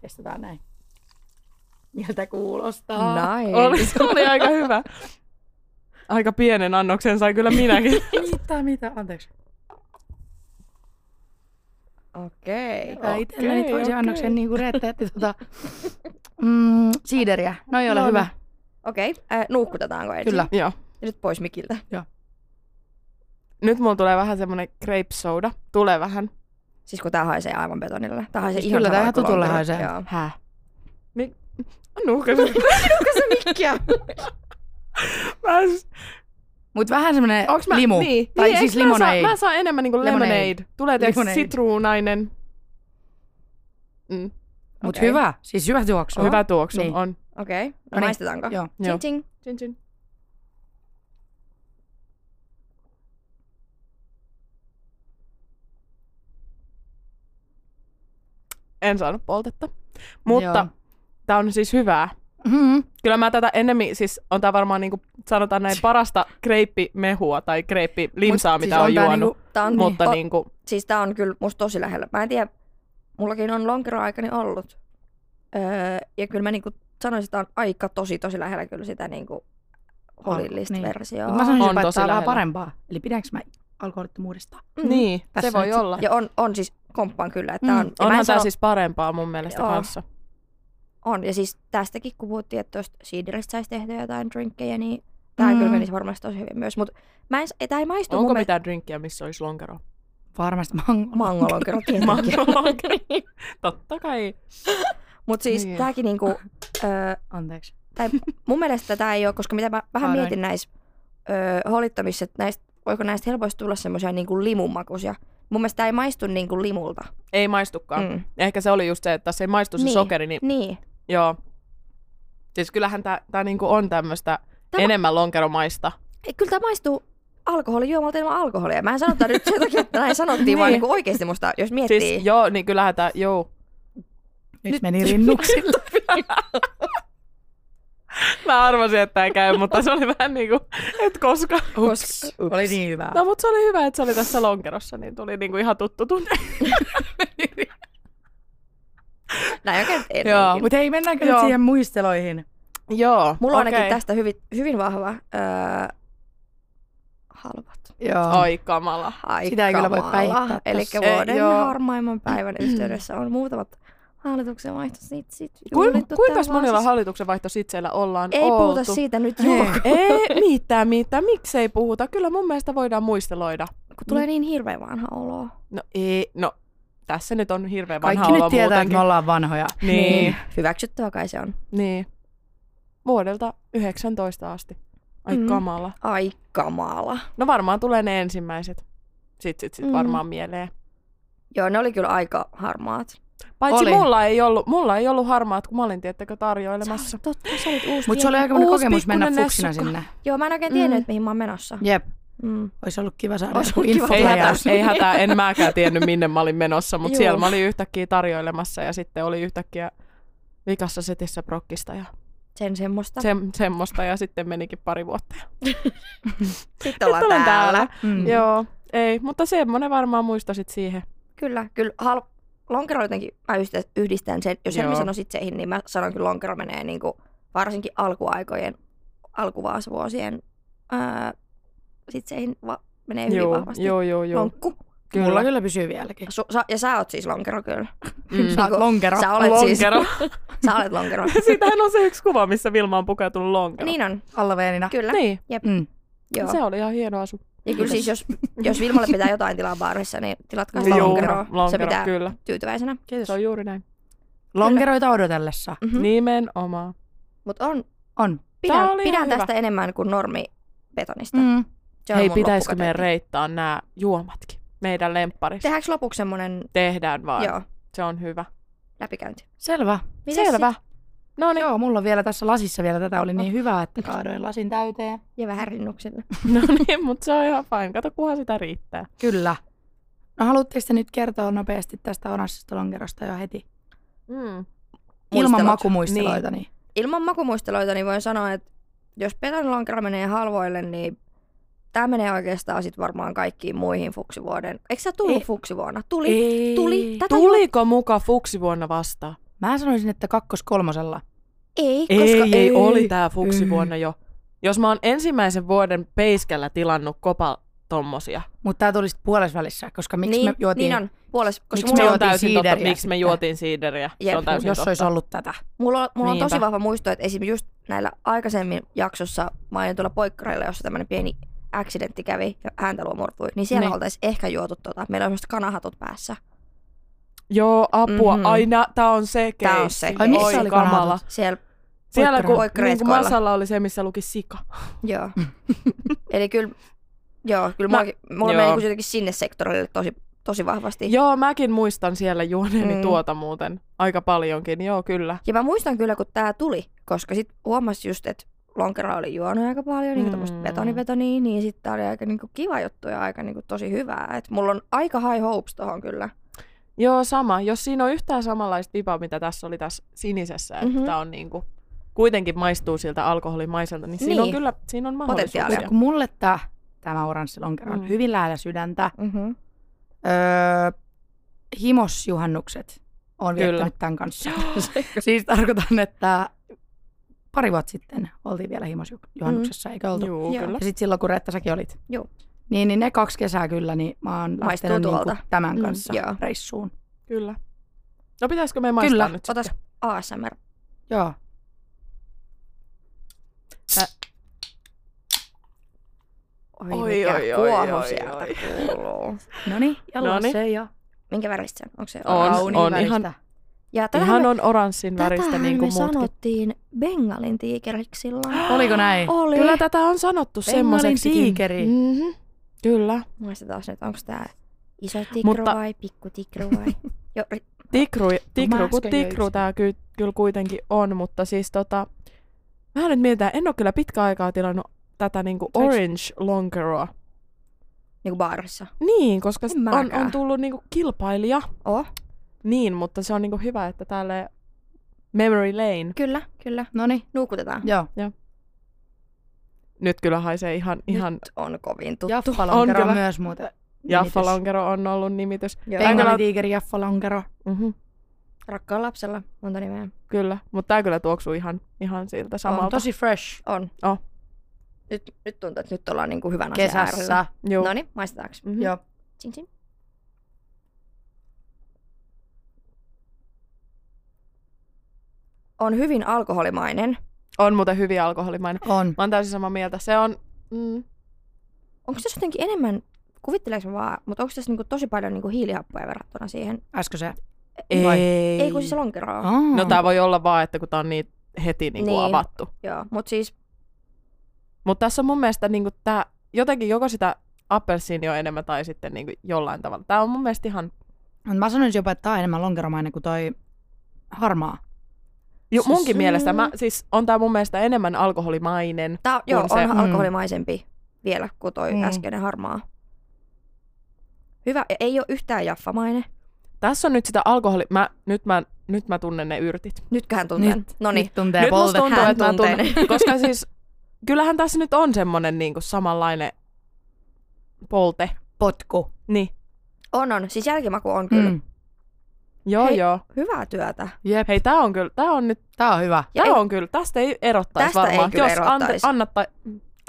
[SPEAKER 4] Testetään näin. Miltä kuulostaa?
[SPEAKER 3] No.
[SPEAKER 2] Näin.
[SPEAKER 3] Oli, se oli aika hyvä. Aika pienen annoksen sai kyllä minäkin.
[SPEAKER 4] Mitä, mitä? Anteeksi.
[SPEAKER 2] Okei.
[SPEAKER 4] Tää
[SPEAKER 3] Okei,
[SPEAKER 4] itselleni toisen
[SPEAKER 3] okei.
[SPEAKER 4] annoksen niin kuin Reetta jätti tota, mm, siideriä. No ei ole
[SPEAKER 3] No niin.
[SPEAKER 4] hyvä.
[SPEAKER 2] Okei. Äh, nuukkutetaanko ensin?
[SPEAKER 4] Kyllä.
[SPEAKER 3] Joo.
[SPEAKER 2] Ja nyt pois mikiltä.
[SPEAKER 3] Nyt mulla tulee vähän semmonen grape soda. Tulee vähän.
[SPEAKER 2] Siis kun tää haisee aivan betonille. Tää haisee
[SPEAKER 4] Siis
[SPEAKER 2] ihan
[SPEAKER 4] kyllä tää
[SPEAKER 2] samalta
[SPEAKER 4] ihan
[SPEAKER 2] kuin
[SPEAKER 4] tutulle
[SPEAKER 2] lonkerot.
[SPEAKER 4] haisee.
[SPEAKER 2] Joo.
[SPEAKER 3] Häh? Mi- Nuukas.
[SPEAKER 2] Mikkiä.
[SPEAKER 4] Mut vähän semmonen
[SPEAKER 3] Onks mä,
[SPEAKER 4] limu.
[SPEAKER 3] Niin.
[SPEAKER 4] Tai
[SPEAKER 3] niin,
[SPEAKER 4] siis
[SPEAKER 3] eikö mä saa-
[SPEAKER 4] limonade.
[SPEAKER 3] Mä saan enemmän niinku
[SPEAKER 4] Lemonade.
[SPEAKER 3] lemonade. lemonade. Tulee tietysti
[SPEAKER 4] Lemonade.
[SPEAKER 3] sitruunainen. Mm.
[SPEAKER 4] Mut
[SPEAKER 2] Okei.
[SPEAKER 4] hyvä. Siis hyvä tuoksu.
[SPEAKER 3] Hyvä tuoksu
[SPEAKER 4] Niin.
[SPEAKER 3] niin. on.
[SPEAKER 2] Okei, okay.
[SPEAKER 4] No niin.
[SPEAKER 2] maistetaanko?
[SPEAKER 4] Joo.
[SPEAKER 3] Joo.
[SPEAKER 2] Ching, ching.
[SPEAKER 3] Chin, chin. En saanut poltetta. Mutta tämä on siis hyvää.
[SPEAKER 4] Mm-hmm.
[SPEAKER 3] Kyllä mä tätä ennemmin, siis on tämä varmaan niinku, sanotaan näin parasta kreippimehua tai kreippilimsaa,
[SPEAKER 4] Mut
[SPEAKER 3] mitä
[SPEAKER 4] siis on
[SPEAKER 3] on,
[SPEAKER 4] tää
[SPEAKER 3] juonut.
[SPEAKER 4] niinku-
[SPEAKER 2] Tää on,
[SPEAKER 3] Mutta
[SPEAKER 2] o-
[SPEAKER 3] niinku,
[SPEAKER 2] Siis tää on kyllä musta tosi lähellä. Mä en tiedä, mullakin on lonkeroaikani ollut. Öö, ja kyllä mä niinku sanoisin, että tää on aika tosi tosi lähellä kyllä sitä niinku holillista
[SPEAKER 4] niin.
[SPEAKER 2] versioa.
[SPEAKER 4] Mut mä sanoisin,
[SPEAKER 3] On
[SPEAKER 4] että
[SPEAKER 3] tosi
[SPEAKER 4] tää on vähän
[SPEAKER 3] lähellä.
[SPEAKER 4] parempaa. Eli pidänkö mä alkoholittomuudesta?
[SPEAKER 2] Mm.
[SPEAKER 3] niin,
[SPEAKER 4] Tässä
[SPEAKER 3] se voi
[SPEAKER 4] nyt sit-
[SPEAKER 3] olla.
[SPEAKER 2] Ja on, on siis, komppaan kyllä, että tää
[SPEAKER 4] Mm.
[SPEAKER 2] on, ja mä en
[SPEAKER 3] Onhan
[SPEAKER 2] sano-
[SPEAKER 3] tämä siis parempaa mun mielestä
[SPEAKER 2] Joo.
[SPEAKER 3] kanssa.
[SPEAKER 2] on. Ja siis tästäkin, kun puhuttiin, että tuosta siideristä saisi tehdä jotain drinkkejä, niin tää mm. kyllä
[SPEAKER 4] Mm.
[SPEAKER 2] menisi varmasti tosi hyvin myös. Mutta mä en, s- ei- tää ei maistu
[SPEAKER 3] Onko
[SPEAKER 2] mun
[SPEAKER 3] mitään drinkkiä, missä olisi lonkero?
[SPEAKER 4] Varmasti mango.
[SPEAKER 2] mangolonkero tietenkin.
[SPEAKER 3] Mangolonkero. Totta kai.
[SPEAKER 2] Mutta siis
[SPEAKER 3] Niin.
[SPEAKER 2] tääkin niinku, öö,
[SPEAKER 4] Anteeksi.
[SPEAKER 2] tai mun mielestä tätä ei ole, koska mitä mä vähän
[SPEAKER 4] Annoin.
[SPEAKER 2] mietin näissä öö, holittomissa, että näistä, voiko näistä helposti tulla semmoisia niinku limunmakuisia. Mun mielestä tää ei maistu niinku limulta.
[SPEAKER 3] Ei maistukaan. Mm.
[SPEAKER 2] Mm.
[SPEAKER 3] Ehkä se oli just se, että tässä ei maistu
[SPEAKER 2] Niin.
[SPEAKER 3] se niin. sokeri, niin
[SPEAKER 2] Niin.
[SPEAKER 3] joo. Siis kyllähän tämä niinku on tämmöistä
[SPEAKER 2] Tää-
[SPEAKER 3] enemmän lonkeromaista.
[SPEAKER 2] Ei, Kyllä tämä maistuu alkoholijuomalta ilman alkoholia. Mä en sano tää nyt sen takia, että näin sanottiin, niin. vaan
[SPEAKER 3] Niin.
[SPEAKER 2] niinku oikeasti musta, jos miettii.
[SPEAKER 3] Siis joo, niin kyllähän tämä, joo.
[SPEAKER 4] Nyt, Nyt meni rinnuksilla.
[SPEAKER 3] Mä arvasin, että tää käy, mutta se oli vähän niinku, et koska.
[SPEAKER 4] Ups. Ups. Oli niin hyvä.
[SPEAKER 3] No mut se oli hyvä, että se oli tässä lonkerossa, niin tuli niinku ihan tuttu tunne.
[SPEAKER 2] Näin on käynyt
[SPEAKER 3] Joo,
[SPEAKER 2] ennenkin.
[SPEAKER 4] Mutta hei, mennäänkö nyt
[SPEAKER 3] Joo.
[SPEAKER 4] siihen muisteloihin?
[SPEAKER 3] joo,
[SPEAKER 2] Mulla on ainakin
[SPEAKER 3] okei.
[SPEAKER 2] tästä hyvin, hyvin vahva öö, halvat.
[SPEAKER 4] Joo.
[SPEAKER 3] Ai kamala.
[SPEAKER 2] Ai
[SPEAKER 4] Sitä ei kyllä voi päihittää
[SPEAKER 2] Eli
[SPEAKER 4] tässä.
[SPEAKER 3] Ei,
[SPEAKER 2] vuoden
[SPEAKER 3] joo.
[SPEAKER 2] harmaimman päivän yhteydessä on muutamat hallituksen vaihtos. Sit, sit,
[SPEAKER 3] Kuinka,
[SPEAKER 2] juhlittu
[SPEAKER 3] kuinka
[SPEAKER 2] täällä
[SPEAKER 3] monilla
[SPEAKER 2] vaan. Siis
[SPEAKER 3] hallituksen vaihtoitseillä ollaan
[SPEAKER 2] Ei puhuta
[SPEAKER 3] oltu?
[SPEAKER 2] siitä nyt joo, kun
[SPEAKER 3] Ei mitään, mitään. Miksei puhuta? Kyllä mun mielestä voidaan muisteloida.
[SPEAKER 2] tulee niin hirveän vanha olo.
[SPEAKER 3] No ei, no tässä nyt on hirveä vanha
[SPEAKER 4] Kaikki nyt
[SPEAKER 3] olo
[SPEAKER 4] tietää, että
[SPEAKER 3] muutenkin.
[SPEAKER 4] me ollaan vanhoja.
[SPEAKER 3] Niin,
[SPEAKER 2] Hyväksyttävä kai se on.
[SPEAKER 3] niin. Vuodelta 19 asti. Ai
[SPEAKER 2] Mm.
[SPEAKER 3] mm. kamala.
[SPEAKER 2] Ai kamala.
[SPEAKER 3] No varmaan tulee ne ensimmäiset. Sitten sit, sit
[SPEAKER 2] Mm.
[SPEAKER 3] mm. varmaan mieleen.
[SPEAKER 2] Joo, ne oli kyllä aika harmaat.
[SPEAKER 3] Paitsi
[SPEAKER 4] Oli.
[SPEAKER 3] mulla ei, ollut, mulla ei ollut harmaat, kun mä olin tiettäkö
[SPEAKER 2] Sä
[SPEAKER 3] tarjoilemassa.
[SPEAKER 2] olit, totta, sä olit uusi.
[SPEAKER 4] Mutta se oli
[SPEAKER 2] vielä.
[SPEAKER 4] aika monen
[SPEAKER 3] Uusi
[SPEAKER 4] kokemus mennä
[SPEAKER 3] pikkunen
[SPEAKER 4] fuksina
[SPEAKER 3] nessukka.
[SPEAKER 4] sinne.
[SPEAKER 2] Joo, mä en oikein tiennyt,
[SPEAKER 3] Mm.
[SPEAKER 2] että mihin mä oon menossa.
[SPEAKER 4] Jep.
[SPEAKER 2] Mm.
[SPEAKER 4] Olisi ollut kiva saada
[SPEAKER 2] Ois
[SPEAKER 4] joku
[SPEAKER 2] ollut kiva
[SPEAKER 3] Ei
[SPEAKER 2] Tulee
[SPEAKER 3] hätää,
[SPEAKER 4] infotlajaus.
[SPEAKER 3] ei hätää, en mäkään tiennyt minne mä olin menossa,
[SPEAKER 2] Juu.
[SPEAKER 3] mutta siellä mä olin yhtäkkiä tarjoilemassa ja sitten oli yhtäkkiä vikassa setissä brokkista ja
[SPEAKER 2] Sen semmoista.
[SPEAKER 3] se, semmoista ja sitten menikin pari vuotta.
[SPEAKER 2] Sitten ollaan
[SPEAKER 3] Nyt olen
[SPEAKER 2] täällä.
[SPEAKER 3] täällä.
[SPEAKER 4] Mm.
[SPEAKER 3] Joo, ei, mutta semmoinen varmaan muistasit siihen.
[SPEAKER 2] Kyllä, kyllä. Hal- lonkero jotenkin, mä yhdistän- yhdistän sen, jos Helmi
[SPEAKER 3] Joo.
[SPEAKER 2] sanoi sitseihin, niin mä sanon kyllä lonkero menee niin kuin, varsinkin alkuaikojen, alkuvaasvuosien ää, sitseihin va- menee hyvin
[SPEAKER 3] joo,
[SPEAKER 2] vahvasti.
[SPEAKER 3] joo, joo, joo.
[SPEAKER 2] Lonkku.
[SPEAKER 3] Kyllä.
[SPEAKER 4] Mulla kyllä pysyy vieläkin. Niin
[SPEAKER 2] Su- sa- ja sä oot siis lonkero kyllä.
[SPEAKER 3] Mm.
[SPEAKER 4] Sä oot lonkero.
[SPEAKER 2] Sä olet siis,
[SPEAKER 3] Lonkero.
[SPEAKER 2] sä olet lonkero.
[SPEAKER 3] Siitähän on se yksi kuva, missä Vilma on pukeutunut lonkero.
[SPEAKER 2] niin on,
[SPEAKER 4] Halloweenina.
[SPEAKER 2] kyllä.
[SPEAKER 3] niin.
[SPEAKER 4] Mm.
[SPEAKER 2] Joo.
[SPEAKER 3] se oli ihan hieno asu.
[SPEAKER 2] Ja kyllä siis, jos, jos Vilmalle pitää jotain tilaa baarissa, niin tilatkaa sitä
[SPEAKER 4] Joo,
[SPEAKER 2] lonkeroa. Se
[SPEAKER 3] lonkero,
[SPEAKER 2] pitää
[SPEAKER 3] kyllä.
[SPEAKER 2] tyytyväisenä.
[SPEAKER 3] Kiitos. Se on juuri näin.
[SPEAKER 4] Lonkeroita odotellessa.
[SPEAKER 2] Mm.
[SPEAKER 3] Mm. Nimenomaan.
[SPEAKER 2] Mutta on,
[SPEAKER 4] On.
[SPEAKER 2] pidän,
[SPEAKER 3] oli ihan
[SPEAKER 2] pidän
[SPEAKER 3] hyvä.
[SPEAKER 2] tästä enemmän kuin normi betonista.
[SPEAKER 4] Mm.
[SPEAKER 2] Se on
[SPEAKER 3] Hei,
[SPEAKER 2] mun
[SPEAKER 3] pitäisikö
[SPEAKER 2] loppukategoria.
[SPEAKER 3] meidän reittaa nämä juomatkin? Meidän lempparissa.
[SPEAKER 2] Tehdäänkö lopuksi semmonen
[SPEAKER 3] Tehdään vaan.
[SPEAKER 2] joo,
[SPEAKER 3] Se on hyvä.
[SPEAKER 2] läpikäynti?
[SPEAKER 4] Selvä.
[SPEAKER 2] Mites
[SPEAKER 3] Selvä.
[SPEAKER 4] No niin. Joo, mulla on vielä tässä lasissa vielä tätä oli niin hyvää, että kaadoin lasin täyteen.
[SPEAKER 2] sit? Ja vähän rinnukselle.
[SPEAKER 3] No niin, mutta se on ihan fine. Kato, kunhan sitä riittää.
[SPEAKER 4] Kyllä. No haluatteko te nyt kertoa nopeasti tästä onassista lonkerosta jo heti?
[SPEAKER 3] Mm.
[SPEAKER 4] Ilman
[SPEAKER 2] Muistelut.
[SPEAKER 4] makumuisteloita, niin.
[SPEAKER 2] Ilman makumuisteloita niin voin sanoa, että jos betonilonkero menee halvoille, niin tämä menee oikeastaan sit varmaan kaikkiin muihin fuksivuoden. Eikö sä tullut
[SPEAKER 4] Ei.
[SPEAKER 2] fuksivuonna? Tuli.
[SPEAKER 4] Ei.
[SPEAKER 2] tuli. Tätä juo-
[SPEAKER 3] Tuliko muka fuksi vuonna vastaan?
[SPEAKER 4] Mä sanoisin, että kakkoskolmosella.
[SPEAKER 2] Ei, Mm.
[SPEAKER 3] Ei,
[SPEAKER 2] koska
[SPEAKER 3] ei, ei, oli tää fuksi
[SPEAKER 4] Ei.
[SPEAKER 3] vuonna jo. Jos mä oon ensimmäisen vuoden peiskällä tilannut kopa tommosia.
[SPEAKER 4] Mutta tämä tuli sitten puolesvälissä, koska miksi
[SPEAKER 2] niin,
[SPEAKER 4] me juotiin,
[SPEAKER 2] Niin on. Puoles, koska
[SPEAKER 4] Miksi
[SPEAKER 2] mulla,
[SPEAKER 4] me
[SPEAKER 3] se
[SPEAKER 2] on,
[SPEAKER 3] on
[SPEAKER 4] juotiin
[SPEAKER 3] täysin totta,
[SPEAKER 4] siideriä
[SPEAKER 3] miksi me
[SPEAKER 4] sitten?
[SPEAKER 3] juotiin siideriä.
[SPEAKER 2] Jep.
[SPEAKER 3] Se on täysin
[SPEAKER 4] jos
[SPEAKER 3] totta.
[SPEAKER 4] olisi ollut tätä.
[SPEAKER 2] mulla, on, mulla on tosi
[SPEAKER 3] Niinpä.
[SPEAKER 2] vahva muisto, että esimerkiksi just näillä aikaisemmin jaksossa mainitulla poikkareilla, jossa tämmöinen pieni accidentti kävi ja häntä luo murtui, niin siellä
[SPEAKER 3] Niin.
[SPEAKER 2] oltaisiin ehkä juotu tota. Meillä on semmoiset kanahatut päässä.
[SPEAKER 3] Joo, apua.
[SPEAKER 2] Mhm.
[SPEAKER 3] Mm-hmm. Aina, tää on se
[SPEAKER 2] Tää
[SPEAKER 3] keissi.
[SPEAKER 2] on se
[SPEAKER 4] Ai missä
[SPEAKER 2] keissi.
[SPEAKER 3] Oi,
[SPEAKER 4] oli
[SPEAKER 3] kamala.
[SPEAKER 4] kanavat?
[SPEAKER 2] Siellä,
[SPEAKER 3] Siellä kun,
[SPEAKER 2] Oi,
[SPEAKER 3] niin kun
[SPEAKER 2] Kreetkoilla.
[SPEAKER 3] Marsalla oli se, missä luki sika.
[SPEAKER 2] joo. Eli kyllä, joo, kyllä
[SPEAKER 3] Mä-
[SPEAKER 2] mä, mulla
[SPEAKER 3] joo.
[SPEAKER 2] meni niinku jotenkin sinne sektorille tosi, tosi vahvasti.
[SPEAKER 3] Joo, mäkin muistan siellä juoneeni
[SPEAKER 2] Mm.
[SPEAKER 3] mm. tuota muuten. Aika paljonkin, joo kyllä.
[SPEAKER 2] Ja mä muistan kyllä, kun tää tuli, koska sit huomasi just, että lonkera oli juonut aika paljon, niin tämmöistä
[SPEAKER 3] Mm.
[SPEAKER 2] betonivetoniä, niin sitten tää oli aika niinku kiva juttu ja aika niinku tosi hyvää. Et mulla on aika high hopes tohon kyllä.
[SPEAKER 3] Joo, sama. Jos siinä on yhtään samanlaista vipaa, mitä tässä oli tässä sinisessä, että
[SPEAKER 2] Mhm.
[SPEAKER 3] mm-hmm. tämä on niinku, kuitenkin maistuu siltä alkoholimaiselta, niin siinä on
[SPEAKER 2] Niin.
[SPEAKER 3] kyllä siinä on
[SPEAKER 2] Potentiaalia.
[SPEAKER 3] mahdollisuuksia.
[SPEAKER 4] Kun mulle tämä, tämä oranssi lonkero on
[SPEAKER 3] Mm.
[SPEAKER 4] hyvin lähellä sydäntä.
[SPEAKER 2] Mm-hmm.
[SPEAKER 4] Öö, himosjuhannukset on
[SPEAKER 3] Kyllä.
[SPEAKER 4] viettänyt tämän kanssa. siis tarkoitan, että pari vuotta sitten oltiin vielä himosjuhannuksessa, mm. eikö oltu?
[SPEAKER 3] Joo,
[SPEAKER 2] Joo.
[SPEAKER 3] kyllä.
[SPEAKER 4] Ja sitten silloin, kun Reetta säkin olit.
[SPEAKER 2] Joo.
[SPEAKER 4] Niin, niin ne kaksi kesää kyllä, niin mä oon
[SPEAKER 2] Maistuu
[SPEAKER 4] lähtenyt niinku
[SPEAKER 2] tuolta.
[SPEAKER 4] tämän
[SPEAKER 3] Mm,
[SPEAKER 4] kanssa
[SPEAKER 2] joo.
[SPEAKER 4] reissuun.
[SPEAKER 3] Kyllä. No pitäisikö me maistaa
[SPEAKER 4] Kyllä.
[SPEAKER 3] nyt sitten?
[SPEAKER 2] Otas ASMR.
[SPEAKER 4] Joo.
[SPEAKER 2] Oi,
[SPEAKER 3] Oi,
[SPEAKER 2] mikä
[SPEAKER 3] oi, oi,
[SPEAKER 2] kuohu
[SPEAKER 3] oi,
[SPEAKER 2] sieltä
[SPEAKER 3] oi.
[SPEAKER 2] kuuluu.
[SPEAKER 4] No niin, ja
[SPEAKER 3] Noniin.
[SPEAKER 4] se ja
[SPEAKER 2] Minkä väristä se on? Onko se
[SPEAKER 3] On,
[SPEAKER 2] oranssi?
[SPEAKER 3] on ihan-
[SPEAKER 2] Ja tätähän
[SPEAKER 3] Ihan
[SPEAKER 2] me,
[SPEAKER 3] on oranssin väristä
[SPEAKER 2] tätähän
[SPEAKER 3] niin
[SPEAKER 2] me
[SPEAKER 3] kuin muutkin.
[SPEAKER 2] sanottiin Bengalin tiikeriksi silloin.
[SPEAKER 4] Oliko näin?
[SPEAKER 2] Oli.
[SPEAKER 3] Kyllä tätä on sanottu
[SPEAKER 4] Bengaalin
[SPEAKER 3] semmoiseksikin.
[SPEAKER 4] tiikeri.
[SPEAKER 3] Mm-hmm. Kyllä.
[SPEAKER 2] Muista taas nyt, onko tää iso tikru
[SPEAKER 3] Mutta-
[SPEAKER 2] vai pikku tikru vai? jo, ri-
[SPEAKER 3] Tikru, tikru kun
[SPEAKER 4] äsken
[SPEAKER 3] tikru
[SPEAKER 4] join
[SPEAKER 3] tämä ky, kyllä kuitenkin on, mutta siis tota, mä nyt mietin, en ole kyllä pitkä aikaa tilannut tätä niinku
[SPEAKER 2] Eiks-
[SPEAKER 3] orange lonkeroa.
[SPEAKER 2] niinku baarissa.
[SPEAKER 3] Niin, koska
[SPEAKER 2] En
[SPEAKER 3] s- on,
[SPEAKER 2] mäkään.
[SPEAKER 3] on tullut niinku kilpailija.
[SPEAKER 2] Oh,
[SPEAKER 3] Niin, mutta se on niinku hyvä, että täällä memory lane.
[SPEAKER 2] kyllä, kyllä.
[SPEAKER 4] No niin,
[SPEAKER 2] Nuukutetaan.
[SPEAKER 4] joo.
[SPEAKER 3] Nyt kyllä haisee ihan, ihan
[SPEAKER 2] Nyt on kovin tuttu.
[SPEAKER 4] Jaffa lonkero
[SPEAKER 3] kyllä.
[SPEAKER 4] myös muuten.
[SPEAKER 3] Jaffa Lonkero on ollut nimitys.
[SPEAKER 2] Joo. no
[SPEAKER 3] Tää kyllä,
[SPEAKER 4] Bengali tiikeri, Jaffa lonkero.
[SPEAKER 3] mm-hmm,
[SPEAKER 2] Rakkaan lapsella niin. monta nimeä.
[SPEAKER 3] kyllä, mutta tämä kyllä tuoksuu ihan, ihan siltä
[SPEAKER 4] On
[SPEAKER 3] samalta.
[SPEAKER 4] tosi fresh.
[SPEAKER 2] On.
[SPEAKER 3] Oh.
[SPEAKER 2] Nyt, nyt tuntuu, että nyt ollaan niinku hyvän asian äärellä.
[SPEAKER 4] Kesässä.
[SPEAKER 3] Joo.
[SPEAKER 2] No niin, maistetaanko?
[SPEAKER 3] Mm-hmm.
[SPEAKER 4] Joo.
[SPEAKER 2] Tsin, tsin. On hyvin alkoholimainen.
[SPEAKER 3] On muuten hyvin alkoholimainen.
[SPEAKER 4] On.
[SPEAKER 3] Mä oon täysin samaa mieltä. Se on, mm,
[SPEAKER 2] Onko tässä jotenkin enemmän, kuvitteleeko mä vaan, mutta onko tässä niinku tosi paljon niinku hiilihappoja verrattuna siihen?
[SPEAKER 4] Äsken se.
[SPEAKER 3] ei.
[SPEAKER 4] Vai?
[SPEAKER 2] Ei, kun siis lonkeroa.
[SPEAKER 4] Ah.
[SPEAKER 2] on.
[SPEAKER 3] No tää voi olla vaan, että kun tää on niin heti niin kuin
[SPEAKER 2] Niin.
[SPEAKER 3] niin. avattu.
[SPEAKER 2] Joo, mutta siis
[SPEAKER 3] Mutta tässä on mun mielestä niin kuin tää, jotenkin joko sitä appelsiinia on enemmän tai sitten niin kuin jollain tavalla. Tää on mun mielestä ihan...
[SPEAKER 4] Mut Mä sanoisin jopa, että tää on enemmän lonkeromainen kuin toi harmaa.
[SPEAKER 3] Jo,
[SPEAKER 4] Siis-
[SPEAKER 3] munkin
[SPEAKER 2] mm.
[SPEAKER 3] mielestä, mä, siis on tää mun mielestä enemmän alkoholimainen.
[SPEAKER 2] tää joo,
[SPEAKER 3] se-
[SPEAKER 2] on
[SPEAKER 4] mm.
[SPEAKER 2] alkoholimaisempi vielä kuin toi
[SPEAKER 4] Mm.
[SPEAKER 2] äskeinen harmaa. Hyvä, ja ei ole yhtään jaffamainen.
[SPEAKER 3] Tässä on nyt sitä alkoholi... Mä, nyt, mä, nyt mä tunnen ne yrtit.
[SPEAKER 2] Nytköhän tunnen. No niin,
[SPEAKER 4] Nyt tuntee
[SPEAKER 3] nyt musta
[SPEAKER 4] polvet.
[SPEAKER 3] tuntuu,
[SPEAKER 2] Hän
[SPEAKER 3] että mä
[SPEAKER 2] tuntee
[SPEAKER 3] tunnen. Koska siis kyllähän tässä nyt on semmonen niin kuin samanlainen polte.
[SPEAKER 4] Potku.
[SPEAKER 3] Niin.
[SPEAKER 2] on on. Siis jälkimaku on kyllä. Mm.
[SPEAKER 3] Joo,
[SPEAKER 2] Hei.
[SPEAKER 3] Hei. joo.
[SPEAKER 2] Hyvää työtä.
[SPEAKER 4] Jep.
[SPEAKER 3] Hei, tää on kyllä, tää on nyt,
[SPEAKER 4] Tää on hyvä.
[SPEAKER 2] Ja
[SPEAKER 3] tää
[SPEAKER 2] ei-
[SPEAKER 3] on kyllä, tästä ei erottaisi
[SPEAKER 2] Tästä ei
[SPEAKER 3] varmaan.
[SPEAKER 2] kyllä
[SPEAKER 3] jos
[SPEAKER 2] erottais.
[SPEAKER 3] annatta,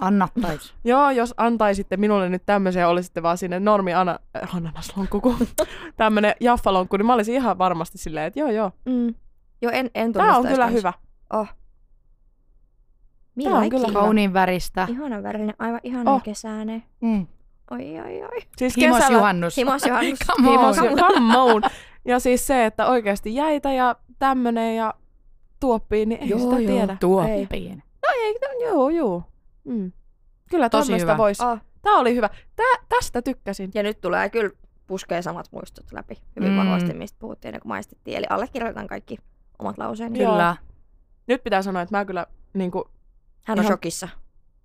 [SPEAKER 4] Anna tais.
[SPEAKER 3] Joo, jos antaisitte minulle nyt tämmöisiä, olisitte vaan sinne normi ana, äh, ananaslonkku, kun tämmönen jaffalonkku, niin mä olisin ihan varmasti silleen, että joo joo,
[SPEAKER 2] Mm. Joo, en, en
[SPEAKER 3] tää on
[SPEAKER 2] tunnistaisi
[SPEAKER 3] kyllä
[SPEAKER 2] kans.
[SPEAKER 3] hyvä.
[SPEAKER 2] Millä
[SPEAKER 3] Tää on kyllä
[SPEAKER 2] kiva.
[SPEAKER 4] Kauniin väristä.
[SPEAKER 2] Ihanan värinen, aivan ihanan oh.
[SPEAKER 3] Oh.
[SPEAKER 2] kesäinen.
[SPEAKER 4] Mm.
[SPEAKER 2] Oi, oi, oi.
[SPEAKER 3] Siis
[SPEAKER 4] Himos
[SPEAKER 3] kesällä,
[SPEAKER 4] juhannus.
[SPEAKER 2] Himos Johannes.
[SPEAKER 4] Come on.
[SPEAKER 3] himos, ju- come on. Ja siis se, että oikeasti jäitä ja tämmönen ja tuoppiin, niin ei
[SPEAKER 4] Joo,
[SPEAKER 3] joo, sitä
[SPEAKER 4] joo.
[SPEAKER 3] joo. tiedä.
[SPEAKER 4] Tuoppiin.
[SPEAKER 3] No, joo, joo. Mm. Kyllä
[SPEAKER 4] Tosi hyvä.
[SPEAKER 3] tämmöistä voisi.
[SPEAKER 2] Oh.
[SPEAKER 3] Tää oli hyvä. Tää, tästä tykkäsin.
[SPEAKER 2] Ja nyt tulee kyllä puskee samat muistot läpi hyvin mm.
[SPEAKER 4] Mm.
[SPEAKER 2] vahvasti, mistä puhuttiin ennen kuin maistettiin. Eli allekirjoitan kaikki omat lauseeni.
[SPEAKER 3] Joo.
[SPEAKER 4] Kyllä.
[SPEAKER 3] Nyt pitää sanoa, että mä kyllä niin kuin,
[SPEAKER 2] Hän on
[SPEAKER 3] Ihan-
[SPEAKER 2] shokissa.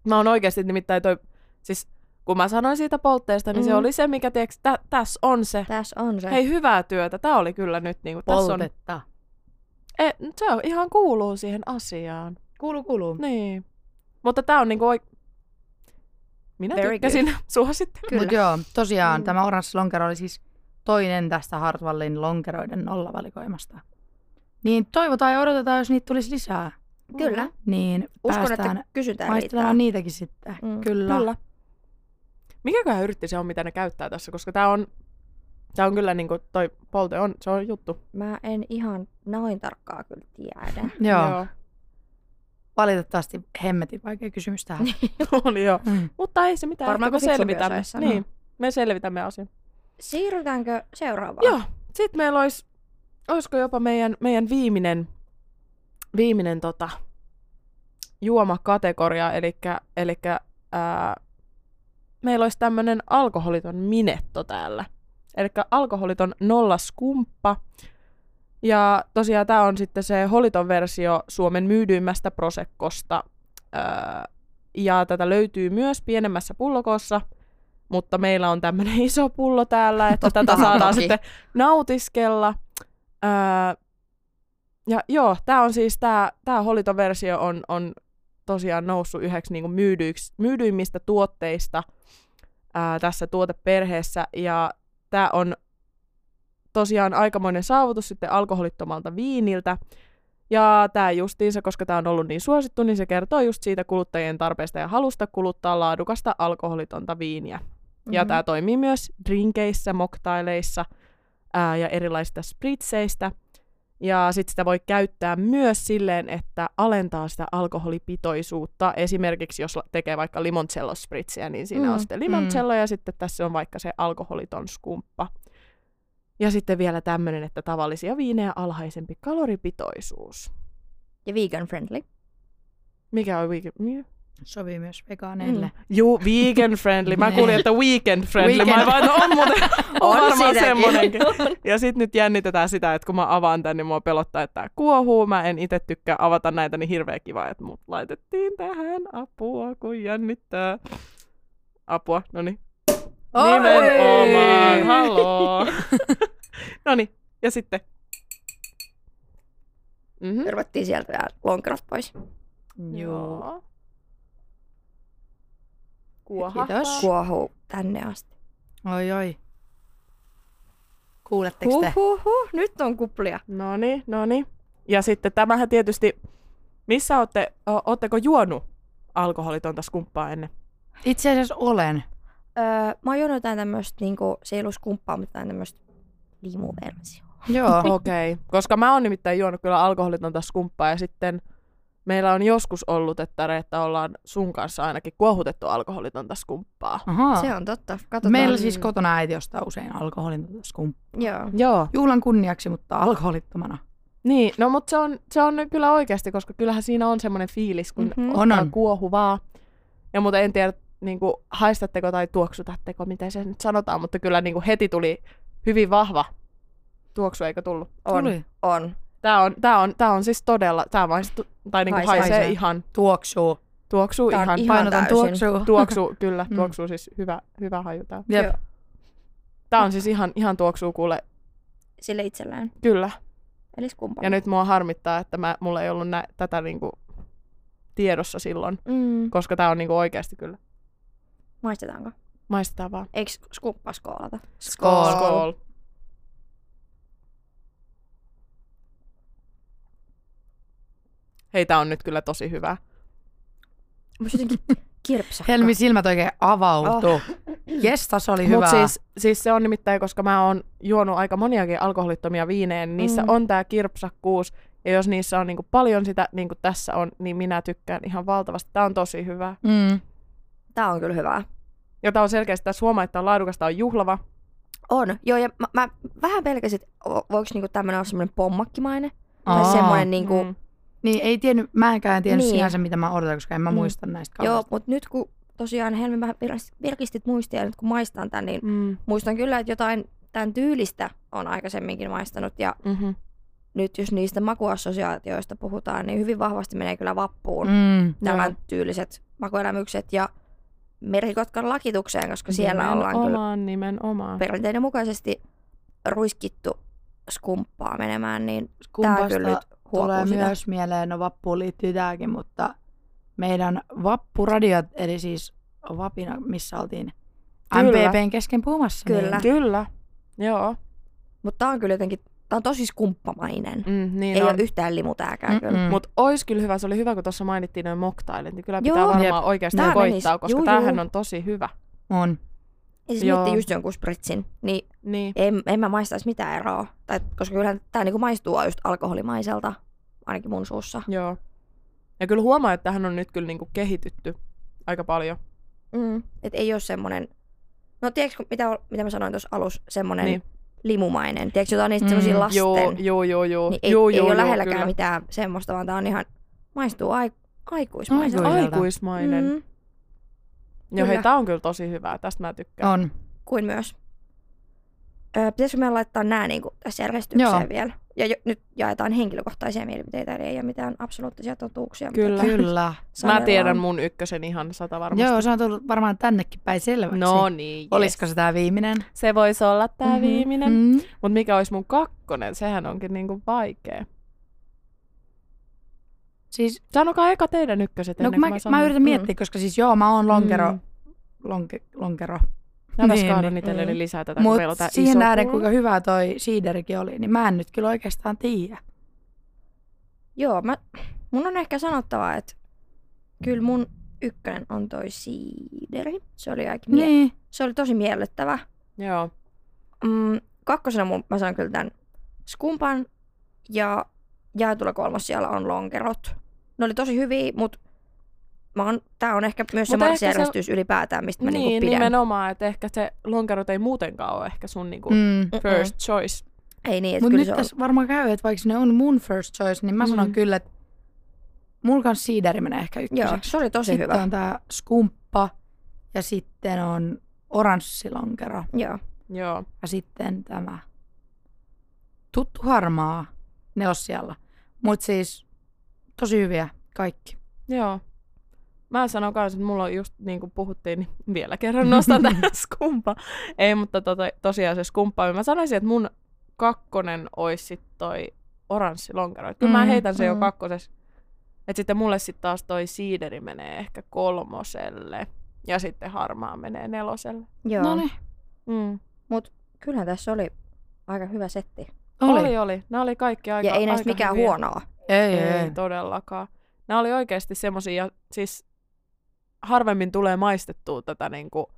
[SPEAKER 3] Mä oon oikeasti nimittäin toi, siis kun mä sanoin siitä poltteesta, niin mm. se
[SPEAKER 2] Mm.
[SPEAKER 3] oli se, mikä tiiäks, tä, tässä on se.
[SPEAKER 2] Tässä on se.
[SPEAKER 3] Hei, hyvää työtä. Tää oli kyllä nyt niinku, tässä on,
[SPEAKER 4] Poltetta.
[SPEAKER 3] e, se on, ihan kuuluu siihen asiaan.
[SPEAKER 4] Kuuluu, kuuluu.
[SPEAKER 3] Niin. Mutta tää on niinku oik... Minä
[SPEAKER 2] Very
[SPEAKER 3] Very tykkäsin, suosittelen.
[SPEAKER 2] Kyllä.
[SPEAKER 4] Mutta joo, tosiaan
[SPEAKER 3] Mm.
[SPEAKER 4] tämä oranssi lonkero oli siis toinen tästä Hartwallin lonkeroiden nollavalikoimasta. Niin toivotaan ja odotetaan, jos niitä tulisi lisää.
[SPEAKER 2] Kyllä.
[SPEAKER 4] Niin
[SPEAKER 2] Uskon,
[SPEAKER 4] päästään
[SPEAKER 2] että kysytään riittää.
[SPEAKER 4] maistelemaan niitäkin sitten.
[SPEAKER 2] Mm,
[SPEAKER 4] Mm, kyllä.
[SPEAKER 3] Kyllä. Mikäköhän yritti se on, mitä ne käyttää tässä, koska tää on, tää on kyllä niinku, toi polte on, se on juttu.
[SPEAKER 2] Mä en ihan noin tarkkaa kyllä tiedä.
[SPEAKER 4] Joo. joo. Valitettavasti hemmetin vaikea kysymys
[SPEAKER 2] Niin.
[SPEAKER 4] tähän.
[SPEAKER 3] on joo.
[SPEAKER 4] Mm.
[SPEAKER 3] Mutta ei se mitään,
[SPEAKER 2] Varmaan
[SPEAKER 3] ehkä Niin. me
[SPEAKER 2] kun fiksumpi
[SPEAKER 3] selvitämme.
[SPEAKER 2] osaisi sanoa.
[SPEAKER 3] Niin, me selvitämme asian.
[SPEAKER 2] Siirrytäänkö seuraavaan?
[SPEAKER 3] Joo, Sitten meillä olisi, olisiko jopa meidän, meidän viimeinen, viimeinen tota, juomakategoria, eli, eli ää, meillä olisi tämmöinen alkoholiton minetto täällä. Eli alkoholiton nollaskumppa. Ja tosiaan tämä on sitten se holiton versio Suomen myydyimmästä prosekkosta. Ää, ja tätä löytyy myös pienemmässä pullokossa, mutta meillä on tämmöinen iso pullo täällä, että
[SPEAKER 2] Totta,
[SPEAKER 3] tätä saadaan
[SPEAKER 2] toki.
[SPEAKER 3] sitten nautiskella. Ää, ja joo, tämä on siis tämä tää holiton versio on, on tosiaan noussut yhdeksi niinku myydyiksi, myydyimmistä tuotteista ää, tässä tuoteperheessä. Ja tämä on tosiaan aikamoinen saavutus sitten alkoholittomalta viiniltä. Ja tämä justiinsa, koska tämä on ollut niin suosittu, niin se kertoo just siitä kuluttajien tarpeesta ja halusta kuluttaa laadukasta alkoholitonta viiniä. Ja
[SPEAKER 2] Mhm.
[SPEAKER 3] tämä toimii myös drinkeissä, moktaileissa ää, ja erilaisista spritseistä. Ja sitten sitä voi käyttää myös silleen, että alentaa sitä alkoholipitoisuutta. Esimerkiksi jos la- tekee vaikka limoncello-spritsiä, niin siinä mm.
[SPEAKER 2] Mm,
[SPEAKER 3] on sitten limoncello ja sitten tässä on vaikka se alkoholiton skumppa. Ja sitten vielä tämmöinen, että tavallisia viinejä alhaisempi kaloripitoisuus.
[SPEAKER 2] Ja vegan friendly.
[SPEAKER 3] Mikä on weekend? mi-
[SPEAKER 4] Sopii myös vegaaneille.
[SPEAKER 2] Mm.
[SPEAKER 3] Juu, vegan friendly. Mä kuulin, että weekend friendly. Mä
[SPEAKER 4] Weekend.
[SPEAKER 3] vaan, että on muuten, on,
[SPEAKER 2] On
[SPEAKER 3] varmaan
[SPEAKER 2] sitäkin.
[SPEAKER 3] semmonenkin. Ja sit nyt jännitetään sitä, että kun mä avaan tän, niin mua pelottaa, että tää kuohuu. Mä en itse tykkää avata näitä, niin hirveä kiva, että mut laitettiin tähän. Apua, kun jännittää. Apua, no niin.
[SPEAKER 4] Oi!
[SPEAKER 3] Nimenomaan, haloo. no niin, ja sitten. Mhm.
[SPEAKER 2] Törmättiin sieltä ja lonkerot pois.
[SPEAKER 4] Joo.
[SPEAKER 3] Kuohahtaa.
[SPEAKER 4] Kiitos.
[SPEAKER 2] Kuohuu tänne asti.
[SPEAKER 4] Oi oi. Kuuletteko te?
[SPEAKER 2] Huhhuhu, nyt on kuplia.
[SPEAKER 3] No niin, no niin. Ja sitten tämähän tietysti, missä olette, o- ootteko juonut alkoholitonta skumppaa ennen?
[SPEAKER 4] Itse asiassa olen.
[SPEAKER 2] Öö, mä oon juonut jotain tämmöistä, niinku, se ei ollut skumppaa, mutta jotain tämmöistä limuversiota.
[SPEAKER 4] Joo.
[SPEAKER 3] Okei, okay. koska mä oon nimittäin juonut kyllä alkoholitonta skumppaa ja sitten meillä on joskus ollut, että Reetta ollaan sun kanssa ainakin kuohutettu alkoholitonta skumppaa.
[SPEAKER 4] Ahaa.
[SPEAKER 2] Se on totta. Katsotaan. niin.
[SPEAKER 4] Meillä siis kotona äiti ostaa usein alkoholin skumppaa.
[SPEAKER 2] Joo.
[SPEAKER 3] Joo.
[SPEAKER 4] Juhlan kunniaksi, mutta alkoholittomana.
[SPEAKER 3] Niin, no mutta se on, se on kyllä oikeasti, koska kyllähän siinä on semmoinen fiilis, kun
[SPEAKER 2] Mhm.
[SPEAKER 3] mm-hmm.
[SPEAKER 4] On,
[SPEAKER 3] ottaa
[SPEAKER 4] on.
[SPEAKER 3] kuohuvaa. Ja mutta en tiedä, niin kuin, haistatteko tai tuoksutatteko, miten se nyt sanotaan, mutta kyllä niin kuin heti tuli hyvin vahva tuoksu, eikö tullut?
[SPEAKER 2] On.
[SPEAKER 4] Tuli.
[SPEAKER 2] On.
[SPEAKER 3] Tämä on, tää on, tää on siis todella, tämä maistu, tai niin kuin
[SPEAKER 2] Haisee.
[SPEAKER 3] haisee,
[SPEAKER 4] Haisee.
[SPEAKER 3] ihan,
[SPEAKER 4] Tuoksuu.
[SPEAKER 3] tuoksuu
[SPEAKER 2] Tää on
[SPEAKER 3] ihan,
[SPEAKER 2] ihan
[SPEAKER 4] Painotan
[SPEAKER 2] täysin.
[SPEAKER 4] tuoksuu.
[SPEAKER 3] tuoksuu, kyllä,
[SPEAKER 4] Mm.
[SPEAKER 3] tuoksuu siis hyvä, hyvä haju tää.
[SPEAKER 4] Jep.
[SPEAKER 2] Joo.
[SPEAKER 3] Tää on siis ihan, ihan tuoksuu kuule,
[SPEAKER 2] Sille itsellään.
[SPEAKER 3] kyllä.
[SPEAKER 2] Eli skumppaa.
[SPEAKER 3] Ja nyt mua harmittaa, että mä, mulla ei ollut nä- tätä niin kuin, tiedossa silloin,
[SPEAKER 2] Mm.
[SPEAKER 3] koska tämä on niin kuin, oikeasti kyllä.
[SPEAKER 2] Maistetaanko?
[SPEAKER 3] Maistetaan vaan.
[SPEAKER 2] Eikö skumppaa skoolata?
[SPEAKER 4] Skool.
[SPEAKER 3] Skol. Hei, tää on nyt kyllä tosi hyvä.
[SPEAKER 2] Mä jotenkin kirpsakka.
[SPEAKER 4] Helmi silmät oikein avautuu. Oh. Jes, tässä oli
[SPEAKER 3] Mut
[SPEAKER 4] hyvä.
[SPEAKER 3] siis, siis se on nimittäin, koska mä oon juonut aika moniakin alkoholittomia viinejä, niin niissä
[SPEAKER 2] Mm.
[SPEAKER 3] mm. on tää kirpsakkuus. Ja jos niissä on niinku paljon sitä, niin kuin tässä on, niin minä tykkään ihan valtavasti. Tää on tosi hyvä.
[SPEAKER 4] Mm.
[SPEAKER 2] Tää on kyllä hyvää.
[SPEAKER 3] Ja tää on selkeästi, tässä huomaa, että on laadukasta, on juhlava.
[SPEAKER 2] On. Joo, ja mä, mä vähän pelkäsin, että vo- voiko niinku tämmönen olla semmoinen pommakkimainen. Tai
[SPEAKER 4] Aa.
[SPEAKER 2] semmoinen niinku, mm.
[SPEAKER 3] Mm.
[SPEAKER 4] Niin ei tiennyt, mäkään en tiennyt
[SPEAKER 2] Niin.
[SPEAKER 4] niin. ihan se, mitä mä odotan, koska en mä
[SPEAKER 3] Mm.
[SPEAKER 4] muista näistä
[SPEAKER 2] Joo,
[SPEAKER 4] kaupasta.
[SPEAKER 2] mutta nyt kun tosiaan Helmi vähän viras- virkistit muistia, ja nyt kun maistan tän, niin
[SPEAKER 3] Mm.
[SPEAKER 2] muistan kyllä, että jotain tämän tyylistä on aikaisemminkin maistanut. Ja
[SPEAKER 3] Mm-hmm.
[SPEAKER 2] nyt jos niistä makuassosiaatioista puhutaan, niin hyvin vahvasti menee kyllä vappuun
[SPEAKER 4] Mm.
[SPEAKER 2] tämän tyyliset makuelämykset ja merikotkan lakitukseen, koska siellä ollaan kyllä
[SPEAKER 3] Nimenomaan, nimenomaan.
[SPEAKER 2] perinteiden mukaisesti ruiskittu skumppaa menemään, niin tämä
[SPEAKER 4] Kumpasta
[SPEAKER 2] kyllä nyt
[SPEAKER 4] tulee
[SPEAKER 2] huokuu sitä. Myös.
[SPEAKER 4] myös mieleen, no vappuun liittyy tämäkin, mutta meidän vappuradiot, eli siis vapina, missä oltiin
[SPEAKER 3] Kyllä.
[SPEAKER 4] MPPn kesken puhumassa. niin
[SPEAKER 2] Kyllä.
[SPEAKER 3] Kyllä. Joo.
[SPEAKER 2] Mutta tämä on kyllä jotenkin, tämä on tosi skumppamainen.
[SPEAKER 3] Mm, niin
[SPEAKER 2] Ei
[SPEAKER 3] on. Mm,
[SPEAKER 2] ole yhtään limu tääkään
[SPEAKER 4] Niin,
[SPEAKER 2] kyllä.
[SPEAKER 4] mm-mm.
[SPEAKER 3] Mutta ois kyllä hyvä, se oli hyvä, kun tuossa mainittiin noin moktailit, niin kyllä pitää
[SPEAKER 2] Joo.
[SPEAKER 3] Joo.
[SPEAKER 4] Jep.
[SPEAKER 3] varmaan oikeasti
[SPEAKER 2] Tää
[SPEAKER 3] koittaa,
[SPEAKER 2] menis.
[SPEAKER 3] koska
[SPEAKER 2] Juu,
[SPEAKER 3] tämähän
[SPEAKER 2] juu.
[SPEAKER 3] on tosi hyvä.
[SPEAKER 4] on.
[SPEAKER 2] Ja siis
[SPEAKER 3] Joo.
[SPEAKER 2] miettii just jonkun spritsin, niin
[SPEAKER 3] Niin.
[SPEAKER 2] en, en mä maistaisi mitään eroa. Tai, koska kyllähän tämä niinku maistuu just alkoholimaiselta, ainakin mun suussa.
[SPEAKER 3] Joo. Ja kyllä huomaa, että tähän on nyt kyllä niinku kehitytty aika paljon.
[SPEAKER 2] Mm. Et ei ole semmoinen, no tiedätkö mitä, mitä mä sanoin tuossa alussa, semmoinen
[SPEAKER 3] Niin.
[SPEAKER 2] niin. limumainen. Tiedätkö, jotain niistä mm, semmoisia lasten,
[SPEAKER 3] Joo,
[SPEAKER 2] joo,
[SPEAKER 3] joo, joo, joo.
[SPEAKER 2] niin ei,
[SPEAKER 3] joo,
[SPEAKER 2] ei
[SPEAKER 3] joo,
[SPEAKER 2] ole
[SPEAKER 3] joo,
[SPEAKER 2] lähelläkään
[SPEAKER 3] kyllä.
[SPEAKER 2] mitään semmoista, vaan tää on ihan, maistuu ai, aikuismaiselta.
[SPEAKER 4] Aikuiselta.
[SPEAKER 3] Aikuismainen. Mm.
[SPEAKER 2] Mm,
[SPEAKER 3] Joo, hei,
[SPEAKER 2] kyllä.
[SPEAKER 3] tää on kyllä tosi hyvää. Tästä mä tykkään.
[SPEAKER 4] On.
[SPEAKER 2] kuin myös. Öö, pitäisikö meidän laittaa nämä niinku tässä järjestykseen
[SPEAKER 4] Joo.
[SPEAKER 2] joo. vielä? Ja jo, nyt jaetaan henkilökohtaisia mielipiteitä, eli ei ole mitään absoluuttisia totuuksia. mitä
[SPEAKER 3] Kyllä.
[SPEAKER 4] Kyllä.
[SPEAKER 3] Mä
[SPEAKER 2] sanellaan.
[SPEAKER 3] tiedän mun ykkösen ihan sata varmasti.
[SPEAKER 4] Joo, se on tullut varmaan tännekin päin selväksi.
[SPEAKER 3] No niin, yes.
[SPEAKER 4] Olisiko se tää viimeinen?
[SPEAKER 3] Se voisi olla tää
[SPEAKER 2] Mhm.
[SPEAKER 3] mm-hmm. viimeinen. Mm. Mut mikä olisi mun kakkonen? Sehän onkin niinku vaikea.
[SPEAKER 4] Siis,
[SPEAKER 3] Sanokaa eka teidän ykköset
[SPEAKER 4] no
[SPEAKER 3] ennen
[SPEAKER 4] kun mä,
[SPEAKER 3] kuin mä sanon.
[SPEAKER 4] mä yritin miettiä, koska siis joo, mä oon lonkero.
[SPEAKER 3] Mm.
[SPEAKER 4] Mm. Lonke, lonkero.
[SPEAKER 3] Mä
[SPEAKER 4] Niin,
[SPEAKER 3] niin, kaadan
[SPEAKER 4] niin.
[SPEAKER 3] itselleni
[SPEAKER 2] Mm.
[SPEAKER 3] lisää tätä, kun
[SPEAKER 4] Mut
[SPEAKER 3] meillä on tää
[SPEAKER 4] siihen
[SPEAKER 3] iso
[SPEAKER 4] nähden,
[SPEAKER 3] pullo.
[SPEAKER 4] kuinka hyvä toi siiderikin oli, niin mä en nyt kyllä oikeastaan tiedä.
[SPEAKER 2] Joo, mä, mun on ehkä sanottava, että kyllä mun ykkönen on toi siideri. Se oli, aika mie-
[SPEAKER 4] Niin.
[SPEAKER 2] se oli tosi miellyttävä.
[SPEAKER 3] Joo.
[SPEAKER 2] Mm, kakkosena mun, mä sain kyllä tämän skumpan ja jaetulla kolmas siellä on lonkerot. Ne oli tosi hyviä, mutta mä oon, tää on ehkä myös se
[SPEAKER 3] Mut ehkä se-
[SPEAKER 2] marssijärjestys ylipäätään, mistä mä
[SPEAKER 3] Niin,
[SPEAKER 2] niinku pidän.
[SPEAKER 3] nimenomaan, että ehkä se lonkerot ei muutenkaan ole ehkä sun niinku mm.
[SPEAKER 4] Mm.
[SPEAKER 2] Mm-mm.
[SPEAKER 3] first choice.
[SPEAKER 2] Ei niin, että
[SPEAKER 4] Mutta
[SPEAKER 2] kyllä
[SPEAKER 4] nyt
[SPEAKER 2] se on.
[SPEAKER 4] tässä varmaan käy, että vaikka ne on mun first choice, niin mä sanon
[SPEAKER 3] Mm.
[SPEAKER 4] kyllä, että mulla kanssa siideri menee ehkä ykköseksi.
[SPEAKER 2] Joo, se oli tosi
[SPEAKER 4] sitten
[SPEAKER 2] hyvä.
[SPEAKER 4] on tää skumppa ja sitten on oranssilonkero
[SPEAKER 2] Joo.
[SPEAKER 3] Joo.
[SPEAKER 4] ja sitten tämä tuttu harmaa. Ne on siellä. Mutta siis tosi hyviä kaikki.
[SPEAKER 3] Joo. Mä sanon kans, että mulla on just niin kuin puhuttiin, niin vielä kerran nostan tähän skumpa. Ei, mutta tota, tosiaan se skumpa. Mä sanoisin, että mun kakkonen olisi sit toi oranssi lonkero. Et Kyllä mä
[SPEAKER 4] Mm,
[SPEAKER 3] heitän sen jo
[SPEAKER 2] mm.
[SPEAKER 3] kakkoses. Et sitten mulle sitten taas toi siideri menee ehkä kolmoselle. Ja sitten harmaa menee neloselle.
[SPEAKER 2] Joo.
[SPEAKER 4] No niin.
[SPEAKER 3] Mm.
[SPEAKER 2] Kyllähän tässä oli aika hyvä setti.
[SPEAKER 4] Oli.
[SPEAKER 3] oli, oli. Nämä oli kaikki aika
[SPEAKER 2] ja ei näistä
[SPEAKER 3] aika
[SPEAKER 2] mikään
[SPEAKER 3] hyviä.
[SPEAKER 2] huonoa.
[SPEAKER 4] Ei, ei.
[SPEAKER 3] Ei todellakaan. Nämä oli oikeasti semmosia, ja siis harvemmin tulee maistettua tätä niinku,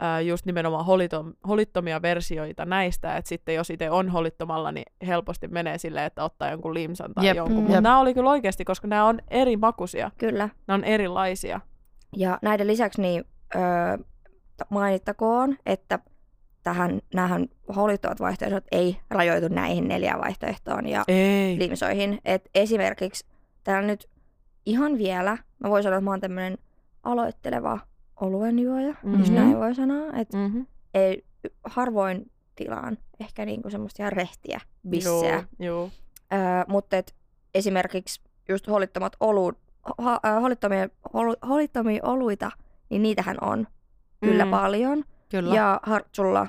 [SPEAKER 3] ää, just nimenomaan holitom, holittomia versioita näistä, että sitten jos itse on holittomalla, niin helposti menee silleen, että ottaa jonkun limsan tai Jep.
[SPEAKER 4] Jep,
[SPEAKER 3] jonkun.
[SPEAKER 2] mm.
[SPEAKER 3] Mutta
[SPEAKER 4] jep.
[SPEAKER 3] nämä oli kyllä oikeasti, koska nämä on eri makuisia,
[SPEAKER 2] Kyllä.
[SPEAKER 3] nämä on erilaisia.
[SPEAKER 2] Ja näiden lisäksi niin, öö, t- mainittakoon, että tähän, nämähän holittavat vaihtoehdot ei rajoitu näihin neljään vaihtoehtoon ja
[SPEAKER 3] Ei.
[SPEAKER 2] limsoihin. Et esimerkiksi täällä nyt ihan vielä, mä voin sanoa, että mä oon tämmönen aloitteleva oluenjuoja, mm-hmm. jos
[SPEAKER 3] Mhm.
[SPEAKER 2] näin voi sanoa. Et
[SPEAKER 3] Mm-hmm.
[SPEAKER 2] ei, harvoin tilaan ehkä niinku semmoista ihan rehtiä bisseä.
[SPEAKER 3] Joo, joo.
[SPEAKER 2] Öö, mutta et esimerkiksi just holittomat olu, ho, ö, holittomia, olu, holittomia oluita, niin niitähän on kyllä
[SPEAKER 3] Mm.
[SPEAKER 2] paljon.
[SPEAKER 4] Kyllä.
[SPEAKER 2] Ja Hartsulla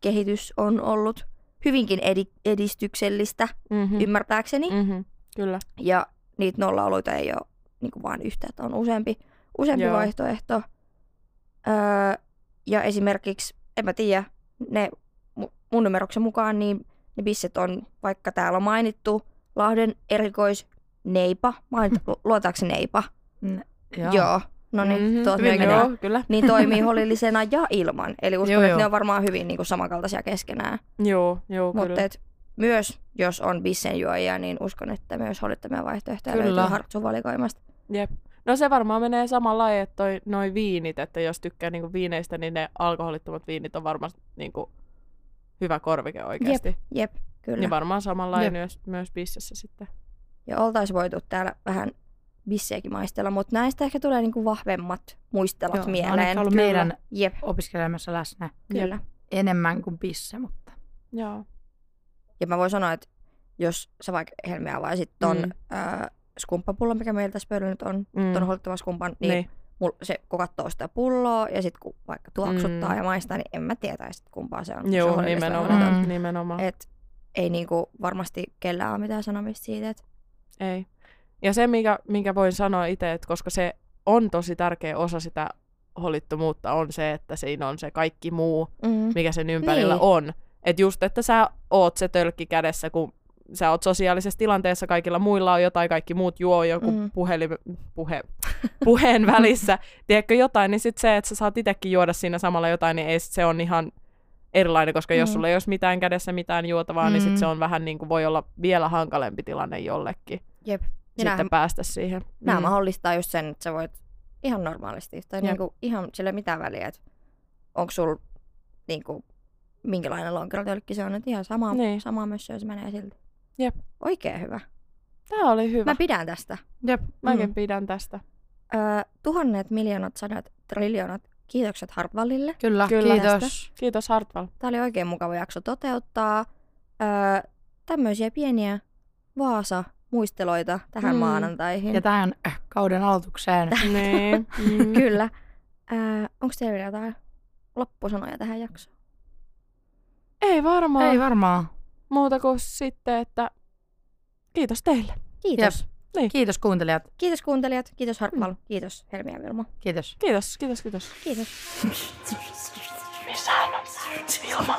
[SPEAKER 2] kehitys on ollut hyvinkin edi, edistyksellistä,
[SPEAKER 3] Mm-hmm.
[SPEAKER 2] mm. ymmärtääkseni. Mm.
[SPEAKER 3] mm-hmm. Kyllä.
[SPEAKER 2] Ja niitä nolla-oluita ei ole niin vaan yhtä, että on useampi, useampi
[SPEAKER 3] Joo.
[SPEAKER 2] vaihtoehto. Öö, ja esimerkiksi, en mä tiedä, ne mu- mun numeroksen mukaan, niin ne bisset on, vaikka täällä on mainittu, Lahden erikois neipa, mainit, luotaanko se neipa? Joo. Joo. No niin,
[SPEAKER 3] Mhm.
[SPEAKER 2] mm-hmm. tuot
[SPEAKER 4] Hyvin
[SPEAKER 2] myökin.
[SPEAKER 4] menee.
[SPEAKER 3] Joo, kyllä.
[SPEAKER 2] Niin toimii holillisena ja ilman. Eli uskon,
[SPEAKER 4] Joo,
[SPEAKER 2] että
[SPEAKER 4] joo.
[SPEAKER 2] ne on varmaan hyvin niin kuin, samankaltaisia keskenään.
[SPEAKER 3] Joo, joo, kyllä.
[SPEAKER 2] Mutta et, myös jos on bissenjuojia, niin uskon, että myös holittomia vaihtoehtoja
[SPEAKER 4] Kyllä.
[SPEAKER 2] Kyllä. löytyy Hartsun valikoimasta.
[SPEAKER 3] Jep. No se varmaan menee samalla lailla, että toi, noi viinit, että jos tykkää niinku viineistä, niin ne alkoholittomat viinit on varmasti niinku hyvä korvike oikeasti. Jep.
[SPEAKER 2] Jep, kyllä.
[SPEAKER 3] Niin varmaan samalla lailla
[SPEAKER 4] Jep.
[SPEAKER 3] myös, myös bissessä sitten.
[SPEAKER 2] Ja oltaisiin voitu täällä vähän bissejäkin maistella, mutta näistä ehkä tulee niinku vahvemmat muistelut
[SPEAKER 4] Joo, ne on
[SPEAKER 2] mieleen.
[SPEAKER 4] ehkä ollut
[SPEAKER 2] Kyllä.
[SPEAKER 4] meidän
[SPEAKER 2] Jep,
[SPEAKER 4] opiskelemassa läsnä
[SPEAKER 2] kyllä.
[SPEAKER 4] enemmän kuin pisse, mutta
[SPEAKER 3] Joo.
[SPEAKER 2] Ja mä voin sanoa, että jos sä vaikka Helmi avaisit ton
[SPEAKER 3] Mm.
[SPEAKER 2] mm. äh, skumppapullon, mikä meillä tässä pöydällä nyt on,
[SPEAKER 3] Mm.
[SPEAKER 2] mm. ton holttoman skumpan, niin, niin.
[SPEAKER 3] Niin.
[SPEAKER 2] Mul, se, kun katsoo sitä pulloa ja sitten kun vaikka tuoksuttaa
[SPEAKER 3] Mm.
[SPEAKER 2] mm. ja maistaa, niin en mä tietäisi, että kumpaa se on. kun se
[SPEAKER 3] Joo,
[SPEAKER 2] on oikeastaan
[SPEAKER 3] nimenomaan.
[SPEAKER 2] mahdoton.
[SPEAKER 3] Mm. nimenomaan. Et.
[SPEAKER 2] Et ei niinku varmasti kellään ole mitään sanomista siitä, että
[SPEAKER 3] Ei. Ja se, mikä, minkä voin sanoa itse, että koska se on tosi tärkeä osa sitä holittomuutta, on se, että siinä on se kaikki muu,
[SPEAKER 2] mm,
[SPEAKER 3] mikä sen ympärillä niin.
[SPEAKER 2] Niin.
[SPEAKER 3] on. Että just, että sä oot se tölkki kädessä, kun sä oot sosiaalisessa tilanteessa, kaikilla muilla on jotain, kaikki muut juo joku mm.
[SPEAKER 2] Mm.
[SPEAKER 3] puhelim, puhe, puheen välissä, tiedätkö jotain, niin sit se, että sä saat itsekin juoda siinä samalla jotain, niin ei sit se on ihan erilainen, koska mm. jos
[SPEAKER 2] Mm.
[SPEAKER 3] sulla ei olisi mitään kädessä mitään juotavaa, mm. niin sit
[SPEAKER 4] Mm.
[SPEAKER 3] se on vähän niin kuin voi olla vielä hankalempi tilanne jollekin.
[SPEAKER 2] Jep. Ja
[SPEAKER 3] Sitten
[SPEAKER 2] näähän-
[SPEAKER 3] päästä siihen. Mm.
[SPEAKER 2] nämä mahdollistaa just sen, että sä voit ihan normaalisti, tai
[SPEAKER 3] Jep.
[SPEAKER 2] niinku, ihan sillä ei mitään väliä, että onko sul niinku, minkälainen lonkerotölkki se on, että ihan sama,
[SPEAKER 3] Niin.
[SPEAKER 2] niin. sama myös se menee silti.
[SPEAKER 3] Jep.
[SPEAKER 2] Oikein hyvä.
[SPEAKER 3] Tää oli hyvä.
[SPEAKER 2] Mä pidän tästä.
[SPEAKER 3] Jep, mäkin
[SPEAKER 4] Mm.
[SPEAKER 3] pidän tästä.
[SPEAKER 2] Öö, tuhannet, miljoonat, sadat, triljoonat kiitokset Hartwallille.
[SPEAKER 4] Kyllä,
[SPEAKER 3] Kyllä.
[SPEAKER 4] kiitos.
[SPEAKER 3] Kiitos Hartwell.
[SPEAKER 2] Tämä oli oikein mukava jakso toteuttaa. Öö, tämmöisiä pieniä Vaasa-muisteloita tähän
[SPEAKER 3] Mm.
[SPEAKER 2] mm. maanantaihin.
[SPEAKER 4] Ja tähän äh, kauden aloitukseen.
[SPEAKER 3] niin. Mm.
[SPEAKER 2] Kyllä. Öö, Onko teillä vielä jotain loppusanoja tähän jaksoon?
[SPEAKER 3] Ei varmaan
[SPEAKER 4] Ei varmaan.
[SPEAKER 3] muuta kuin sitten, että kiitos teille.
[SPEAKER 2] Kiitos.
[SPEAKER 4] Kiitos kuuntelijat.
[SPEAKER 2] Kiitos kuuntelijat, kiitos Hartwall, kiitos Helmi ja Vilma.
[SPEAKER 4] Kiitos.
[SPEAKER 3] Kiitos, kiitos, kiitos.
[SPEAKER 2] Kiitos.
[SPEAKER 1] Missä hän on? Vilma.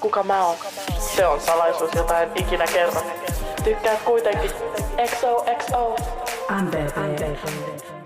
[SPEAKER 1] Kuka mä oon? Se on salaisuus, jota en ikinä kerro. Tykkäät kuitenkin. XOXO. Unbelievable.